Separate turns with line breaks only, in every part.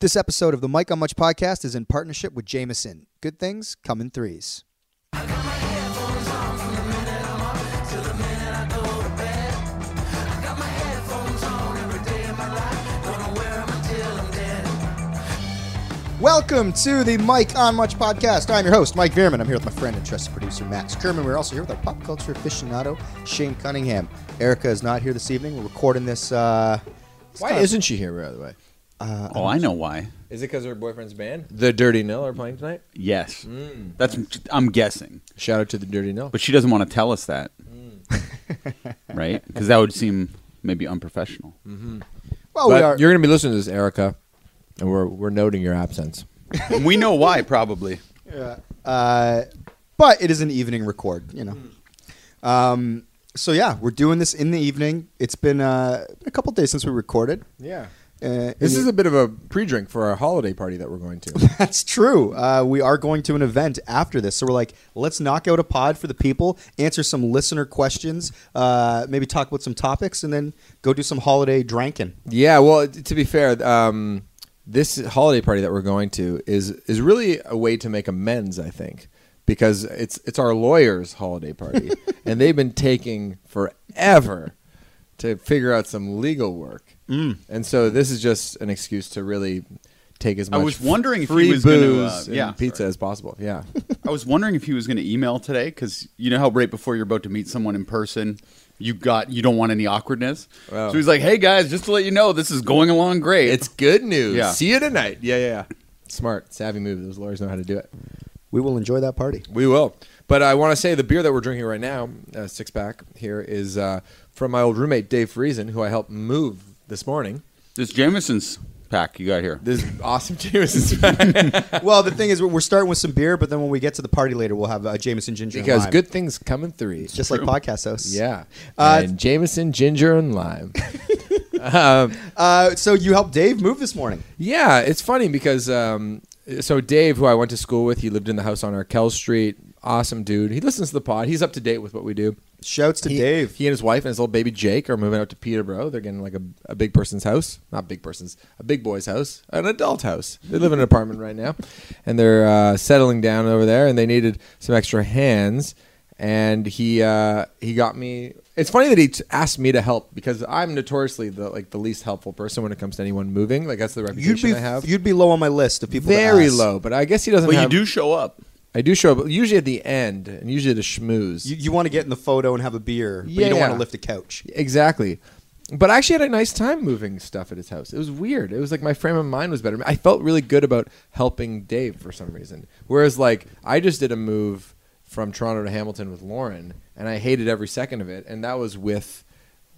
This episode of the Mike on Much podcast is in partnership with Jameson. Good things come in threes. Welcome to the Mike on Much podcast. I'm your host, Mike Vierman. I'm here with my friend and trusted producer, Max Kerman. We're also here with our pop culture aficionado, Shane Cunningham. Erica is not here this evening. We're recording this. Uh, it's
Why
kinda-
isn't she here, by the way?
Oh, I know why.
Is it because her boyfriend's band, The Dirty Nil, are playing tonight?
Yes,
Mm.
that's I'm guessing,
Shout out to the Dirty Nil.
but she doesn't want to tell us that,
Mm.
right? Because that would seem maybe unprofessional.
Well, Oh, we
But
are.
You're going to be listening to this, Erica, and we're we're noting your absence. Mm.
And we know why, probably.
Uh, but it is an evening record, you know. Um, so yeah, we're doing this in the evening. It's been uh, a couple days since we recorded.
Yeah.
Uh,
This
and-
is a bit of a pre-drink for our holiday party that we're going to.
that's true. Uh, we are going to an event after this, so we're like, let's knock out a pod for the people, answer some listener questions, uh, maybe talk about some topics, and then go do some holiday drinking.
yeah. Well, t- to be fair, um, this holiday party that we're going to is is really a way to make amends, I think, because it's it's our lawyers' holiday party, and they've been taking forever to figure out some legal work,
Mm.
and so this is just an excuse to really. Take as
I
much
was wondering if he
free
was gonna,
booze
uh,
and
yeah,
pizza
sorry.
as possible. Yeah,
I was wondering if he was going to email today because you know how right before you're about to meet someone in person, you got you don't want any awkwardness.
Wow.
So he's like, "Hey guys, just to let you know, this is going along great."
Oh. It's good news.
Yeah.
See you tonight. Yeah, yeah, yeah. Smart, savvy move. Those lawyers know how to do it.
We will enjoy that party.
We will. But I want to say the beer that we're drinking right now, uh, six pack here, is uh, from my old roommate Dave Friesen, who I helped move this morning.
this Jameson's pack you got here.
This awesome Jameson's pack.
well, the thing is, we're starting with some beer, but then when we get to the party later, we'll have uh, Jameson ginger. and
because
lime.
good things come in threes.
just like podcast hosts.
yeah,
Uh,
and Jameson, ginger, and lime. um,
Uh, so you helped Dave move this morning.
Yeah, it's funny because um, so Dave, who I went to school with, he lived in the house on Arkell Street. Awesome dude. He listens to the pod. He's up to date with what we do.
Shouts to
He-
Dave.
He and his wife and his little baby Jake are moving out to Peterborough. They're getting like a, a big person's house, not big person's, a big boy's house, an adult house. They live in an apartment right now, and they're uh, settling down over there. And they needed some extra hands, and he uh, he got me. It's funny that he t- asked me to help because I'm notoriously the like the least helpful person when it comes to anyone moving. Like that's the
You'd
reputation
be
I have.
you'd be low on my list of people. to
Very
ask.
low, but I guess he doesn't.
Well, you
have-
do show up.
I do show up usually at the end, and usually to schmooze.
You, you want to get in the photo and have a beer, but you don't
Yeah.
want to lift a couch.
Exactly. But I actually had a nice time moving stuff at his house. It was weird. It was like my frame of mind was better. I felt really good about helping Dave for some reason. Whereas like I just did a move from Toronto to Hamilton with Lauren and I hated every second of it and that was with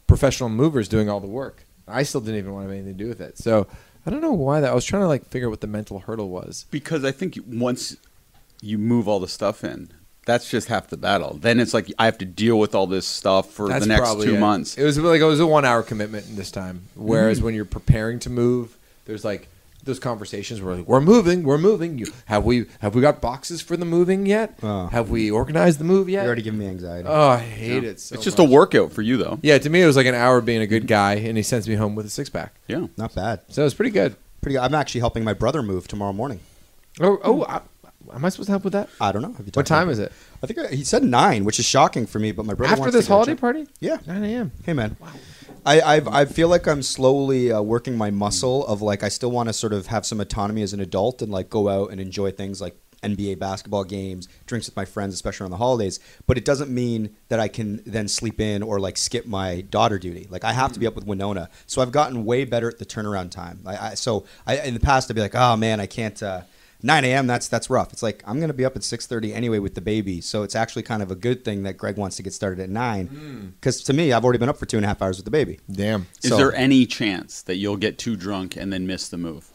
professional movers doing all the work. I still didn't even want to have anything to do with it. So I don't know why that I was trying to like figure out what the mental hurdle was.
Because I think once you move all the stuff in, that's just half the battle. Then it's like I have to deal with all this stuff for
That's
the next
probably
two
it.
months.
It was like it was a one hour commitment this time. Whereas
Mm-hmm.
when you're preparing to move, there's like those conversations where like, we're moving, we're moving. You, have we have we got boxes for the moving yet?
Oh.
Have we organized the move yet?
You're already giving me anxiety.
oh, I hate it. So
it's just
much.
a workout for you, though.
Yeah, to me it was like an hour of being a good guy, and he sends me home with a six pack.
Yeah.
Not bad.
So it was pretty good.
Pretty. I'm actually helping my brother move tomorrow morning.
Oh, oh,
Hmm.
I, am I supposed to help with that?
I don't know. Have you
What
talked about
time is it?
I think I, he said nine, which is shocking for me. But my brother
After
wants to
this
go
holiday
check-
party?
Yeah.
Nine a.m.
Hey man, I I've, I feel like I'm slowly uh, working my muscle of like I still want to sort of have some autonomy as an adult and like go out and enjoy things like NBA basketball games, drinks with my friends, especially on the holidays. But it doesn't mean that I can then sleep in or like skip my daughter duty. Like I have to be up with Winona, so I've gotten way better at the turnaround time. I, I so I in the past I'd be like, oh man, I can't. Uh, 9 a.m. That's that's rough. It's like I'm gonna be up at 6:30 anyway with the baby, so it's actually kind of a good thing that Greg wants to get started at
Hmm.
nine. Because to me, I've already been up for two and a half hours with the baby.
Damn.
Is
So-
there any chance that you'll get too drunk and then miss the move?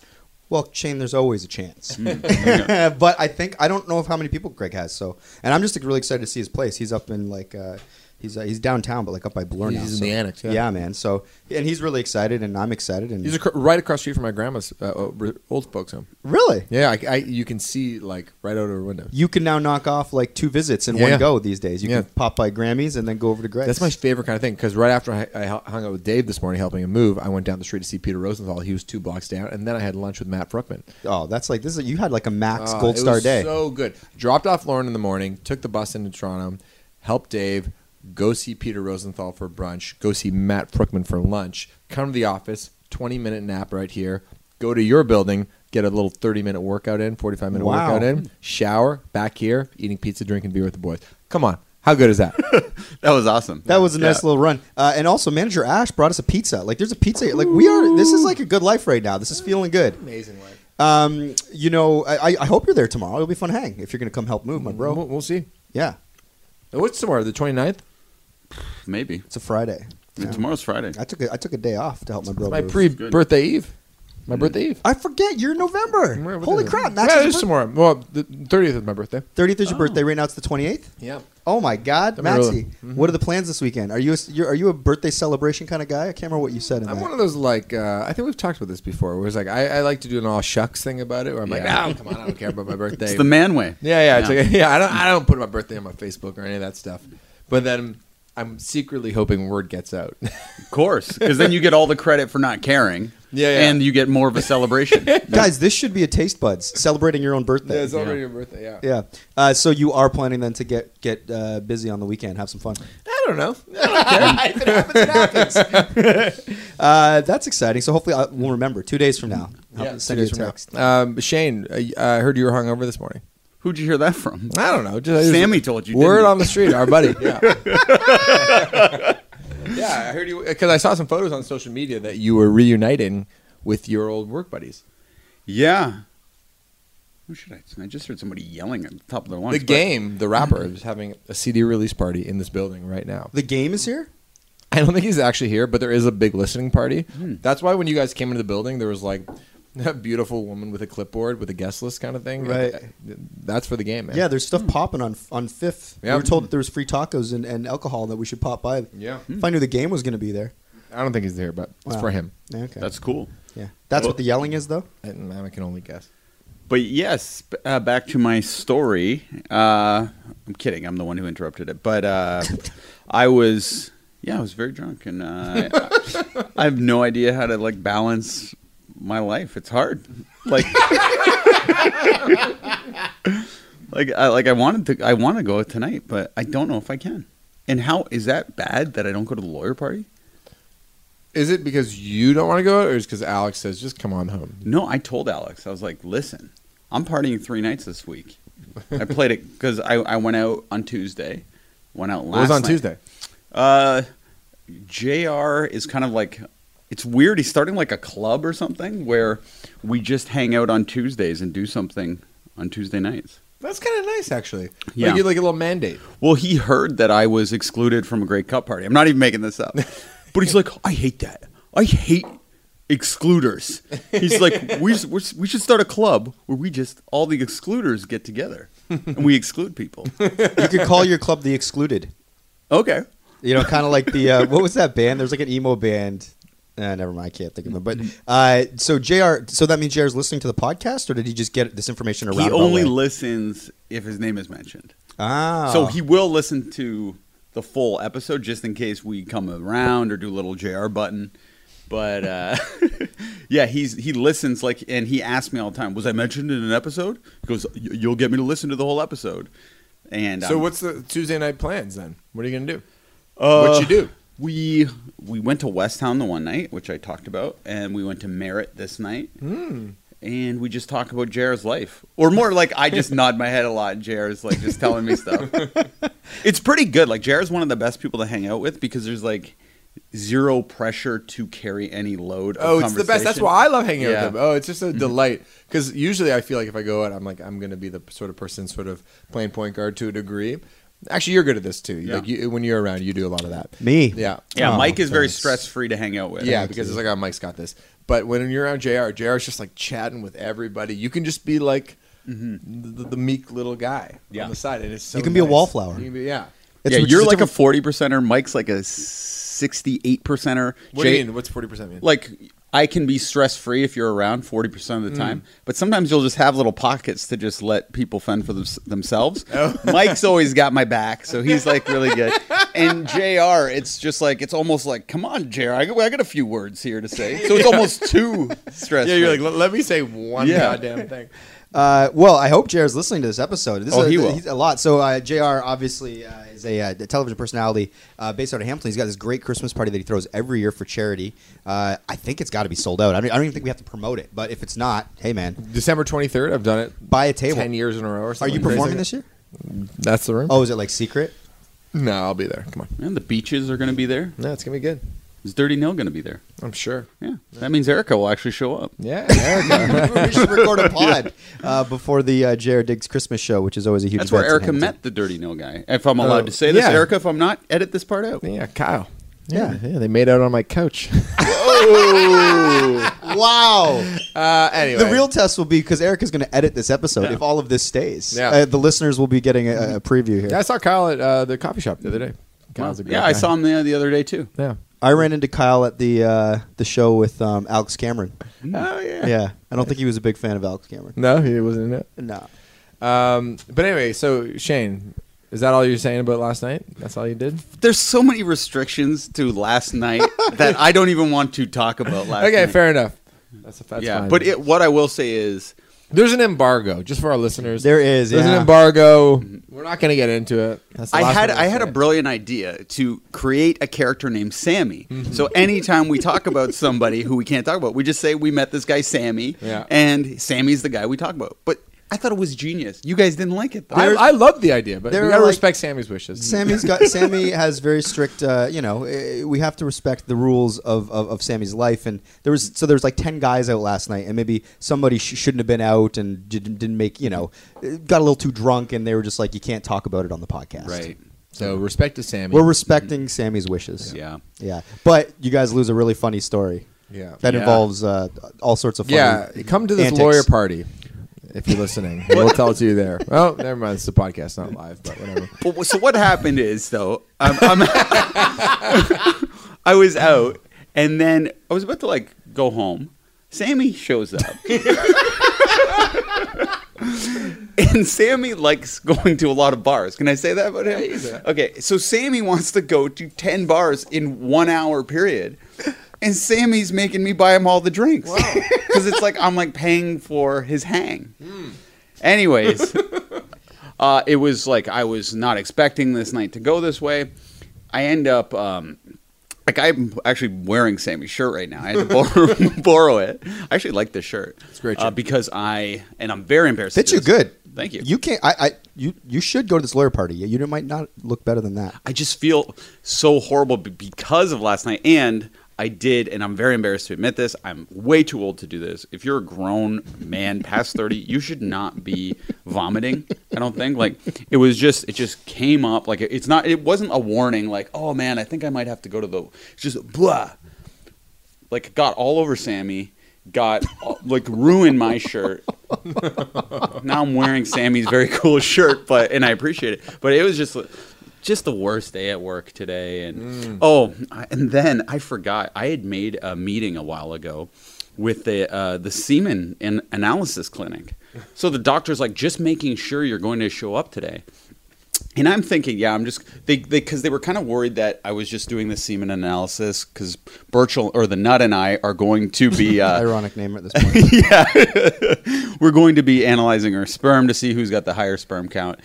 Well, Shane, there's always a chance. but I think I don't know of how many people Greg has. So, and I'm just like, really excited to see his place. He's up in like uh, He's uh, he's downtown, but like up by Blur now.
He's in
so-
the annex, yeah.
man. So and he's really excited, and I'm excited, and
He's acro- right across the street from my grandma's uh, uh, old folks home.
really.
Yeah, I, I, you can see like right out of her window.
You can now knock off like two visits in
Yeah,
one
yeah.
go these days. You
Yeah.
can pop by Grammys and then go over to Greg's.
That's my favorite kind of thing because right after I, I hu- hung out with Dave this morning, helping him move, I went down the street to see Peter Rosenthal. He was two blocks down, and then I had lunch with Matt Fruckman.
oh, that's like this. Is, you had like a max
Ah,
gold
it
star
was
day.
So good. Dropped off Lauren in the morning, took the bus into Toronto, helped Dave go see Peter Rosenthal for brunch, go see Matt Brookman for lunch, come to the office, 20 minute nap right here, go to your building, get a little 30 minute workout in, 45 minute
Wow.
workout in, shower, back here, eating pizza, drinking beer with the boys. Come on. How good is that?
That was awesome.
That was a nice
Yeah.
little run. Uh, and also, manager Ash brought us a pizza. Like, there's a pizza. Like, we are. This is like a good life right now. This is feeling good.
Amazing life.
Um, you know, I, I- I hope you're there tomorrow. It'll be a fun hang if you're going to come help move, my bro.
We'll, we'll see.
Yeah,
What's tomorrow? The 29th?
Maybe.
it's a Friday. Yeah.
Tomorrow's Friday.
I took a, I took a day off to help my bro.
My
move.
pre
Good.
birthday eve. My birthday eve.
I forget you're in November.
Where- Mm. what
Holy
is it?
crap!
yeah, it
Max's
is tomorrow. Oh. Well, the 30th is my birthday.
Thirtieth is your birthday. Right now it's the twenty eighth.
Yeah.
Oh my God,
I'm really-
Maxie! What are the plans this weekend? Are you a, s- you're, are you a birthday celebration kind of guy? I can't remember what you said in
I'm
that.
one of those like uh, I think we've talked about this before. Where it's like I, I like to do an all shucks thing about it. Where I'm
Yeah.
like, oh, come on, I don't care about my birthday.
It's the man way.
yeah, yeah, it's
Yeah.
like- yeah. I don't I don't put my birthday on my Facebook or any of that stuff. But then I'm secretly hoping word gets out.
Of course, because then you get all the credit for not caring.
Yeah, yeah.
And you get more of a celebration.
Guys, this should be a taste buds celebrating your own birthday.
already
your birthday. Yeah.
Yeah. Uh, so you are planning then to get get uh, busy on the weekend, have some fun.
I don't know.
Uh, that's exciting. So hopefully I, we'll remember two days from now. I'll
Yeah,
send you
two
a
days from now.
text.
Um, Shane, I, I heard you were hungover this morning.
Who'd you hear that from?
I don't know. Just,
Sammy
just-
told you,
Word
didn't he?
on the street, our buddy. Yeah. yeah, I heard you because I saw some photos on social media that you were reuniting with your old work buddies.
Yeah. Who should I? I just heard somebody yelling at the top of their lungs.
the game,
Mm-hmm.
the rapper, is having a CD release party in this building right now.
The game is here.
I don't think he's actually here, but there is a big listening party.
Hmm.
That's why when you guys came into the building, there was like a beautiful woman with a clipboard with a guest list kind of thing. uh,
Right.
That's for the game, man.
Yeah, there's stuff popping on on Fifth. We
Hmm. Yeah.
were told that there was free tacos and, and alcohol that we should pop by.
Yeah.
Hmm?
If I knew the game was going to be there.
I don't think he's there, but it's
Wow.
for him.
Yeah, okay.
That's cool.
yeah. That's what the yelling is, though.
And I can only guess.
But yes, b- uh, back to my story. Uh, I'm kidding. I'm the one who interrupted it. But uh, I was, yeah, I was very drunk, and uh, I, I have no idea how to like balance my life. It's hard. Like, like I like I wanted to. I want to go tonight, but I don't know if I can. And how is that bad that I don't go to the lawyer party?
Is it because you don't want to go out, or is it because Alex says just come on home?
No, I told Alex. I was like, listen, I'm partying three nights this week. I played it because I, I went out on Tuesday, went out last.
it was on
night.
Tuesday.
Uh, Jr. is kind of like it's weird. He's starting like a club or something where we just hang out on Tuesdays and do something on Tuesday nights.
That's kind of nice, actually.
Yeah.
like, you like a little mandate.
Well, he heard that I was excluded from a great cup party. I'm not even making this up. But he's like, I hate that. I hate excluders. He's like, we, we we should start a club where we just, all the excluders get together and we exclude people.
You could call your club the Excluded.
Okay.
You know, kind of like the uh, what was that band? There's like an emo band. Uh, never mind, I can't think of them. But
Mm-hmm.
uh, so Jr. So that means Jr. is listening to the podcast, or did he just get this information around?
He only
way?
listens if his name is mentioned.
ah.
So he will listen to the full episode just in case we come around or do a little JR button. But uh, yeah, he's he listens like, and he asks me all the time, "Was I mentioned in an episode?" He goes, "Y- "You'll get me to listen to the whole episode." And
So
I'm-
what's the Tuesday night plans then? What are you gonna do?
Uh,
what you do?
We we went to West Town the one night, which I talked about, and we went to Merritt this night,
Hmm.
and we just talk about JR's life, or more like I just nod my head a lot. And JR's like just telling me stuff. it's pretty good. Like JR's one of the best people to hang out with because there's like zero pressure to carry any load. Of
Oh, it's the best. That's
conversation.
why I love hanging out
Yeah.
with them. Oh, it's just a delight. Because usually I feel like if I go out, I'm like I'm gonna be the sort of person sort of playing point guard to a degree. Actually, you're good at this too.
Yeah.
Like you, when you're around, you do a lot of that.
me.
Yeah.
Yeah,
Oh,
Mike is very
thanks.
stress free to hang out with.
Yeah, because it's like, oh, Mike's got this. But when you're around JR, JR's just like chatting with everybody. You can just be like the, the meek little guy
Yeah.
on the side. And it's so
You can be a
nice.
wallflower.
You can be- yeah.
It's-
yeah,
it's
you're
just
like a
different-
forty percenter. Mike's like a sixty-eight percenter.
What do you mean? What's forty percent mean?
Like I can be stress-free if you're around forty percent of
Mm.
the time, but sometimes you'll just have little pockets to just let people fend for them- themselves.
Oh.
Mike's always got my back, so he's like really good. And Jr. It's just like it's almost like, come on, Jr. I got, I got a few words here to say, so it's almost too stress.
yeah, you're like, let, let me say one
Yeah.
goddamn thing.
Uh, well, I hope JR's listening to this episode. This
Oh,
is a,
he will.
He's a lot. So uh, JR obviously uh, is a, uh, television personality uh, based out of Hamilton. He's got this great Christmas party that he throws every year for charity. Uh, I think it's got to be sold out. I don't, I don't even think we have to promote it. But if it's not, hey man,
December twenty third. I've done it
buy a table.
ten years in a row. Or
Are
something
you performing this year?
That's the room.
Oh, is it like secret?
no, I'll be there. Come on.
and the beaches are going to be there.
No, it's gonna be good.
Is Dirty Nil going to be there?
I'm sure.
Yeah, that means Erica will actually show up.
Yeah, Erica.
we should record a pod uh, before the uh, JR Diggs Christmas show, which is always a huge.
That's where
event in
Erica
Hamilton.
met the Dirty Nil guy. If I'm allowed
Oh,
to say this,
yeah.
Erica, if I'm not, edit this part out.
yeah, Kyle.
Yeah.
yeah, they made out on my couch.
Wow.
Uh, anyway,
The real test will be because Erica's going to edit this episode if all of this stays.
Yeah.
Uh, the listeners will be getting a, a preview here.
Yeah, I saw Kyle at uh, the coffee shop the other day.
Wow.
Kyle's a great
Yeah, I
guy.
saw him the, the other day too.
Yeah.
I ran into Kyle at the uh, the show with um, Alex Cameron.
Oh yeah.
Yeah, I don't think he was a big fan of Alex Cameron.
No, he wasn't in it.
No.
Um, but anyway, so Shane, is that all you're saying about last night? That's all you did?
There's so many restrictions to last night that I don't even want to talk about last night.
okay, fair enough. That's a that's
yeah,
fine.
but it, what I will say is
there's an embargo just for our listeners.
There is,
There's
yeah.
an embargo. We're not going to get into it. That's the
I
last
had
one I'll
I had a
say.
brilliant idea to create a character named Sammy.
Mm-hmm.
So anytime we talk about somebody who we can't talk about, we just say we met this guy Sammy,
Yeah.
and Sammy's the guy we talk about. But I thought it was genius. You guys didn't like it. though.
I, I love the idea, but we
there
gotta
are, like-
respect Sammy's wishes.
Sammy's got Sammy has very strict. Uh, you know, eh, we have to respect the rules of, of, of Sammy's life. And there was so there was like ten guys out last night, and maybe somebody sh- shouldn't have been out and didn't didn't make you know eh, got a little too drunk, and they were just like, you can't talk about it on the podcast.
right. mm-hmm.
so respect to Sammy.
We're respecting Sammy's wishes.
Yeah.
Yeah. But you guys lose a really funny story.
Yeah.
That
Yeah.
involves uh, all sorts of funny
yeah, come to this
antics.
lawyer party if you're listening. we'll tell it to you there. Oh, never mind. It's a podcast, not live, but whatever.
But, so what happened is though, um, I'm- I was out, and then I was about to like go home. Sammy shows up, and Sammy likes going to a lot of bars. Can I say that about him? Okay, so Sammy wants to go to ten bars in one hour period. And Sammy's making me buy him all the drinks because it's like I'm like paying for his hang. Anyways, uh, it was like I was not expecting this night to go this way. I end up um, like I'm actually wearing Sammy's shirt right now. I had to borrow, borrow it. I actually like this shirt. It's
a great
uh,
shirt.
because I and I'm very embarrassed. to
Fit
do
you
this.
good.
Thank you.
You can't. I, I. You. You should go to this lawyer party. You you might not look better than that.
I just feel so horrible be- because of last night. And I did, and I'm very embarrassed to admit this. I'm way too old to do this. If you're a grown man past 30, you should not be vomiting. I don't think. Like, it was just, it just came up. Like, it's not, it wasn't a warning, like, oh man, I think I might have to go to the, it's just blah. Like, got all over Sammy, got, all- like, ruined my shirt now I'm wearing Sammy's very cool shirt, but and I appreciate it. But it was just just the worst day at work today. And oh, I- and then I forgot I had made a meeting a while ago with the uh, the semen and analysis clinic. So the doctor's like, just making sure you're going to show up today. And I'm thinking, yeah, I'm just they because they, 'cause they were kind of worried that I was just doing the semen analysis because Birchall or the nut and I are going to be uh,
Ironic name at this point.
we're going to be analyzing her sperm to see who's got the higher sperm count.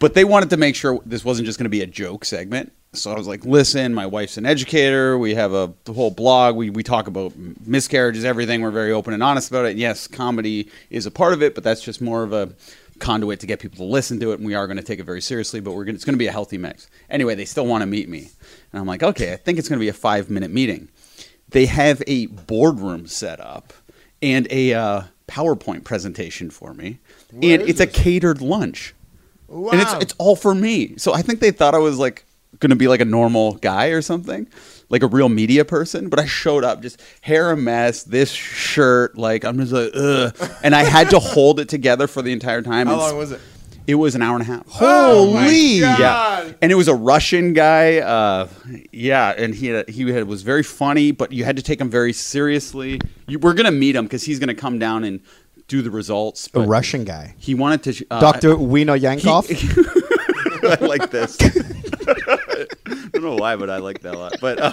But they wanted to make sure this wasn't just going to be a joke segment. So I was like, listen, my wife's an educator. We have a whole blog. We, we talk about miscarriages, everything. We're very open and honest about it. Yes, comedy is a part of it, but that's just more of a conduit to get people to listen to it. And we are going to take it very seriously, but we're gonna, it's going to be a healthy mix. Anyway, they still want to meet me. And I'm like, okay, I think it's going to be a five minute meeting they have a boardroom set up and a uh, PowerPoint presentation for me, and it's a catered lunch, and it's
Wow.
it's all for me. So I think they thought I was like going to be like a normal guy or something, like a real media person. But I showed up just hair a mess, this shirt, like I'm just like, Ugh. and I had to hold it together for the entire time.
How
and s-
long was it? Oh
It was an hour and a half.
Holy!
Yeah, and it was a Russian guy. Uh, yeah, and he had, he had, was very funny, but you had to take him very seriously. You, we're gonna meet him because he's gonna come down and do the results.
A
but
Russian guy,
He wanted to. Uh,
Doctor Wino Yankov.
I like this. I don't know why, but I like that a lot. But uh,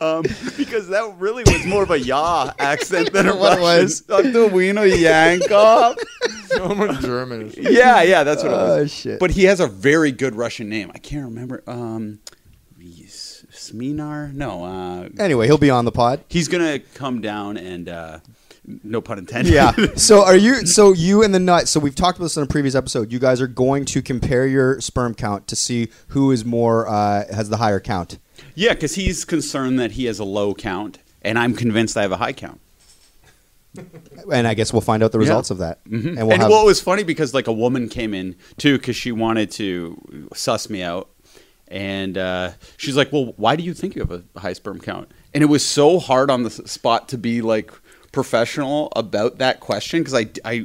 um, because that really was more of a Yah accent than a
What
what
it was.
Dr. Wiener Yankoff.
So much German.
Yeah, yeah, that's what it
Oh,
was.
shit.
But he has a very good Russian name. I can't remember. Um, S- Sminar? No. Uh,
anyway, he'll be on the pod.
he's gonna come down and uh, no pun intended.
Yeah. So are you? So you and the nut. So we've talked about this in a previous episode. You guys are going to compare your sperm count to see who is more uh, has the higher count.
yeah, because he's concerned that he has a low count, and I'm convinced I have a high count.
and I guess we'll find out the results of that.
Mhm.
And
And,
we'll have
well, it was funny because like a woman came in too because she wanted to suss me out, and uh, she's like, "Well, why do you think you have a high sperm count?" And it was so hard on the s- spot to be like professional about that question because I I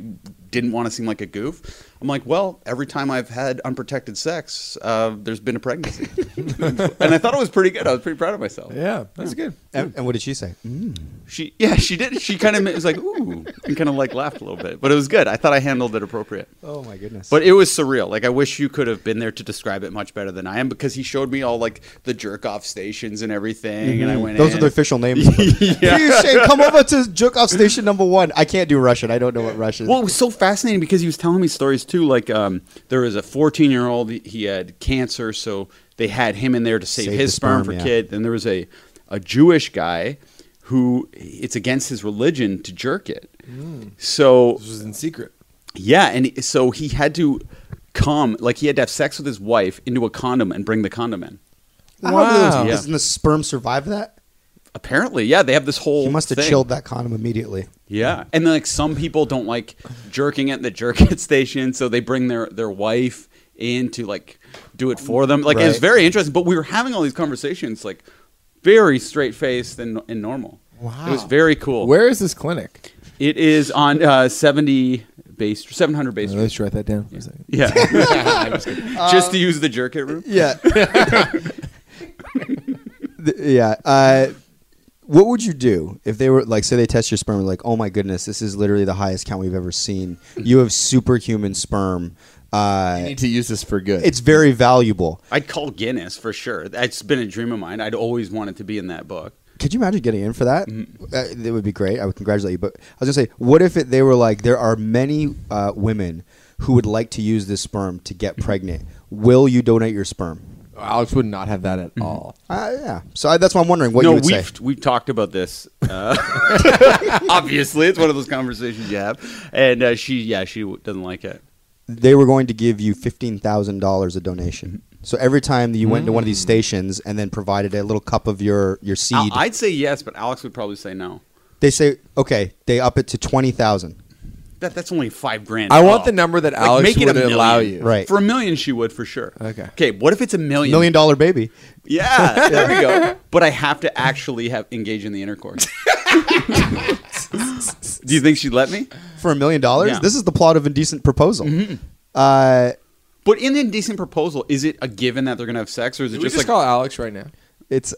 didn't want to seem like a goof. I'm like, well, every time I've had unprotected sex, uh, there's been a pregnancy, and I thought it was pretty good. I was pretty proud of myself.
Yeah, that's good.
and, and what did she say? Mm.
She, yeah, she did. She kind of was like, ooh, and kind of like laughed a little bit, but it was good. I thought I handled it appropriate.
Oh my goodness!
But it was surreal. Like I wish you could have been there to describe it much better than I am because he showed me all like the jerk off stations and everything, and I went.
Mm-hmm. Those
in.
are the official names. of them.
Yeah.
Please, Shane, come over to Joke Off Station Number One. I can't do Russian. I don't know what Russian.
Well, it was so fascinating because he was telling me stories too. Like um, there was a 14 year old. He had cancer, so they had him in there to save,
Save
his
the
sperm,
sperm,
for
yeah.
kid. Then there was a a Jewish guy who it's against his religion to jerk it. So
This was in secret.
Yeah, and he- so he had to come, like he had to have sex with his wife into a condom and bring the condom in.
How do those-
wow.
Yeah.
Doesn't the sperm survive that?
Apparently, yeah, they have this whole.
He must have
thing.
chilled that condom immediately.
Yeah, and then like some people don't like jerking at the jerk it station, so they bring their their wife in to like do it for them. Like it was
Right.
very interesting, but we were having all these conversations like very straight faced and and normal.
Wow.
it was very cool.
Where is this clinic?
it is on uh, seventy base, seven hundred base.
let's write that down for a second.
Yeah, I'm just, kidding. Just to
Um,
use the jerk it room.
Yeah. Th- yeah. Uh, what would you do if they were like, say, they test your sperm, and like, oh my goodness, this is literally the highest count we've ever seen. You have superhuman sperm.
I
Uh,
need to use this for good.
it's very valuable.
I'd call Guinness for sure. That's been a dream of mine. I'd always wanted to be in that book.
Could you imagine getting in for that? Uh, it would be great. I would congratulate you. But I was gonna say, what if it, they were like, there are many uh, women who would like to use this sperm to get pregnant. Will you donate your sperm?
Alex would not have that at all.
Uh, yeah. So I, that's why I'm wondering what
no,
you would say.
we've we've talked about this. Uh, obviously, it's one of those conversations you have. And uh, she, yeah, she w- doesn't like it.
they were going to give you fifteen thousand dollars a donation. So every time that you went to one of these stations and then provided a little cup of your your
Mm. I-
seed,
I'd say yes, but Alex would probably say no.
they say, okay, they up it to twenty thousand.
That that's only five grand.
I want
off.
the number that
Like,
Alex
make it a
would allow
million.
you.
Right.
For a million, she would for sure.
Okay.
Okay. What if it's a million?
Million dollar baby.
Yeah. There we go. But I have to actually have engage in the intercourse. Do you think she'd let me?
For a million dollars?
Yeah. Mm-hmm.
This is the plot of indecent proposal. Uh,
But in the indecent proposal, is it a given that they're gonna have sex, or is it
Did we
just
just
like
call Alex right now?
it's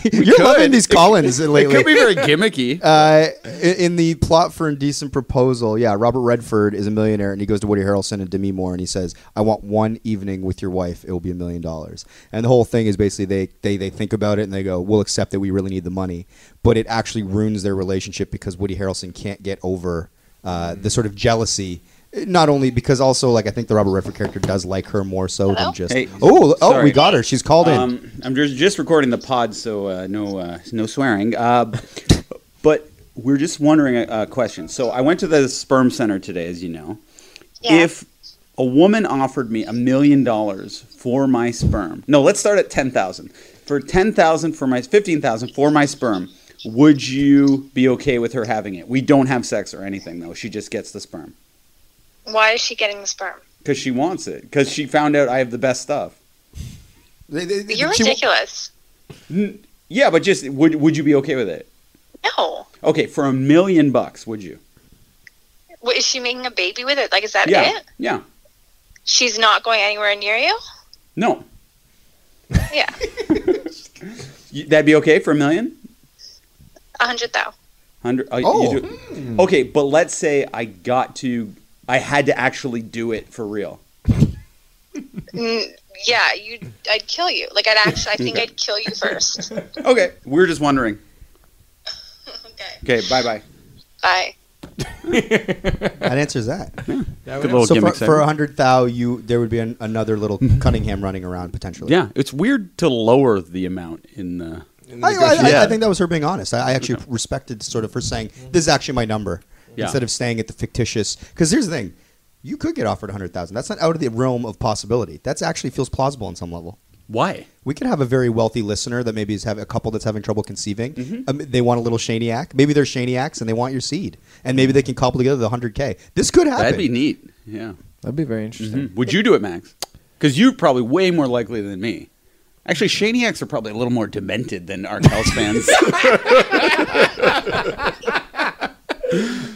you're loving these Collins
it
lately.
could be very gimmicky?
uh, i- in the plot for Indecent Proposal, yeah, Robert Redford is a millionaire and he goes to Woody Harrelson and Demi Moore and he says, "I want one evening with your wife. It will be a million dollars." And the whole thing is basically they they they think about it and they go, "We'll accept that we really need the money," but it actually ruins their relationship because Woody Harrelson can't get over uh, the sort of jealousy. Not only because also like I think the Robert Redford character does like her more so than just
Hey,
oh oh
sorry.
we got her she's called in
Um, I'm just just recording the pod, so uh, no uh, no swearing. Uh, but we're just wondering a, a question. So I went to the sperm center today, as you know.
Yeah.
If a woman offered me a million dollars for my sperm, no, let's start at ten thousand. For ten thousand for my fifteen thousand for my sperm, would you be okay with her having it? We don't have sex or anything though. She just gets the sperm
Why is she getting the sperm?
because she wants it because she found out I have the best stuff.
They- they- they-
You're
she-
ridiculous.
Yeah, but just would would you be okay with it?
No.
Okay, for a million bucks, would you?
What, is she making a baby with it? Like, is that
yeah,
it?
yeah.
She's not going anywhere near you?
No,
Yeah.
You- that'd be okay for a million.
A hundred though.
Hundred. uh, you
Oh.
do-
Mm.
okay, but let's say I got to, I had to actually do it for real.
Mm, yeah, you. I'd kill you. Like, I'd actually. I think I'd kill you first.
Okay, we were just wondering.
okay.
Okay, bye bye.
Bye.
That answers that.
Good little
so for,
gimmick.
for a hundred thou, you there would be an, another little Cunningham running around potentially.
yeah, it's weird to lower the amount in the.
I, I- I-
Yeah.
I think that was her being honest. I, I actually respected sort of her saying, "This is actually my number,"
Yeah.
instead of staying at the fictitious. Because here's the thing: you could get offered a hundred thousand. That's not out of the realm of possibility. That's actually feels plausible on some level.
Why?
We could have a very wealthy listener that maybe is have a couple that's having trouble conceiving.
Mm-hmm.
Um, they want a little shaniac. Maybe they're shaniacs and they want your seed, and maybe they can cobble together the hundred k. This could happen.
That'd be neat. Yeah.
That'd be very interesting.
Mhm. Would you do it, Max? Because you're probably way more likely than me. Actually, Shaniacs are probably a little more demented than our House fans.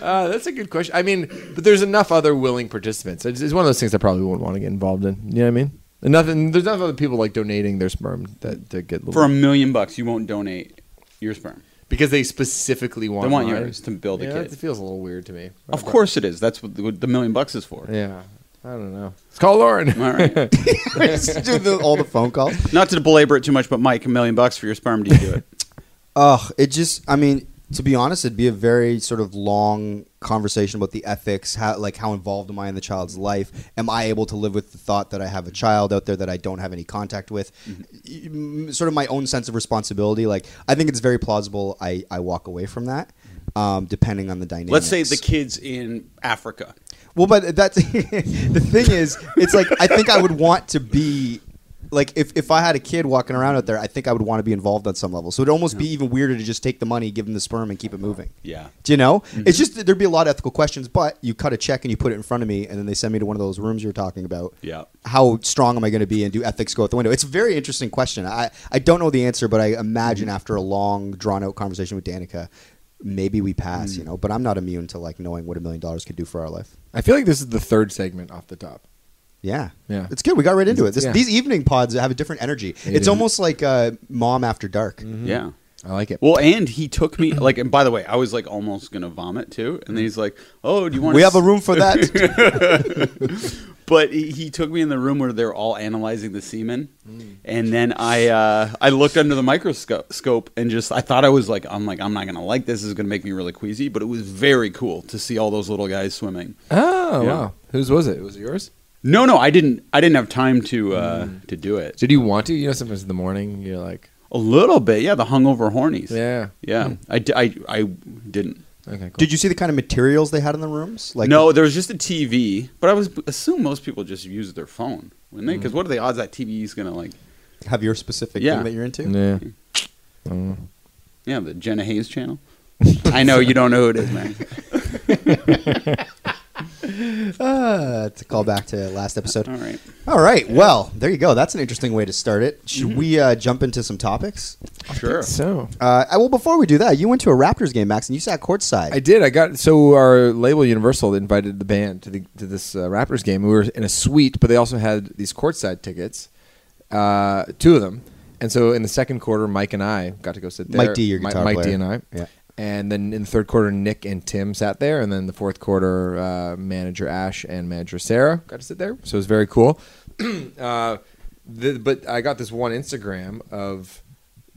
Uh, that's a good question. I mean, but there's enough other willing participants. It's, it's one of those things I probably wouldn't want to get involved in. You know what I mean? And nothing. There's enough other people like donating their sperm that to get little,
For a million bucks, you won't donate your sperm.
because they specifically want.
They want
mine.
yours to build a
Yeah,
kid.
It feels a little weird to me.
Of course it is. That's what the, what the million bucks is for.
Yeah. I don't know. Let's call Lauren.
All right.
do the, all the phone calls.
Not to belabor it too much, but Mike, a million bucks for your sperm, do you do it?
Ugh, it just, I mean, to be honest, it'd be a very sort of long conversation about the ethics, how, like, how involved am I in the child's life? Am I able to live with the thought that I have a child out there that I don't have any contact with?
Mm-hmm.
Mm, Sort of my own sense of responsibility. Like, I think it's very plausible I, I walk away from that, um, depending on the dynamics.
Let's say the kid's in Africa.
Well, but that's the thing is, it's like I think I would want to be like if, if I had a kid walking around out there, I think I would want to be involved on some level. So it'd almost be even weirder to just take the money, give them the sperm, and keep it moving.
Yeah. Mm-hmm.
Do you know? It's just that there'd be a lot of ethical questions, but you cut a check and you put it in front of me, and then they send me to one of those rooms you're talking about.
Yeah.
How strong am I going to be, and do ethics go out the window? It's a very interesting question. I I don't know the answer, but I imagine
Mm-hmm.
after a long, drawn out conversation with Danica. Maybe we pass,
Mm.
you know, but I'm not immune to like knowing what a million dollars could do for our life.
I feel like this is the third segment off the top.
Yeah.
Yeah.
It's good. We got right into it. This,
Yeah.
These evening pods have a different energy. it's
do. Mm-hmm.
almost like uh, Mom After Dark.
Yeah.
I like it.
Well, and he took me, like, and by the way, I was like almost going to vomit too. And then he's like, oh, do you want
Mm. We have a room for that.
but he, he took me in the room where they're all analyzing the semen,
Mm.
and then I uh, I looked under the microscope scope and just I thought I was like I'm like I'm not gonna like this. This is gonna make me really queasy, but it was very cool to see all those little guys swimming.
oh
Yeah.
wow. Whose was it? Was it yours?
No, no, I didn't I didn't have time to uh,
Mm.
to do it.
Did you want to? You know, sometimes in the morning you're like,
A little bit, yeah. The hungover hornies,
yeah.
yeah. Hmm. I, di- I, I didn't.
Okay. Cool.
Did you see the kind of materials they had in the rooms? Like
no, there was just a TV, but I was assume most people just use their phone, wouldn't they? Because what are the odds that TV is gonna like?
have your specific
Yeah.
thing that you're into?
Yeah. Mm.
Yeah, the Jenna Hayes channel. I know you don't know who it is, man.
Uh, to call back to last episode.
All
Uh,
right.
All right. Well, there you go. That's an interesting way to start it. Should
Mm-hmm.
we uh, jump into some topics?
Sure.
So
Uh, I- well, before we do that, you went to a Raptors game, Max, and you sat courtside.
I did. I got so our label Universal invited the band to the to this uh, Raptors game. We were in a suite, but they also had these courtside tickets, uh, two of them. And so in the second quarter, Mike and I got to go sit there.
Mike D, your
Mi-
guitar
Mike D
player.
and I.
Yeah.
And then in the third quarter, Nick and Tim sat there, and then the fourth quarter, uh, manager Ash and manager Sarah got to sit there. So it was very cool. uh, the, but I got this one Instagram of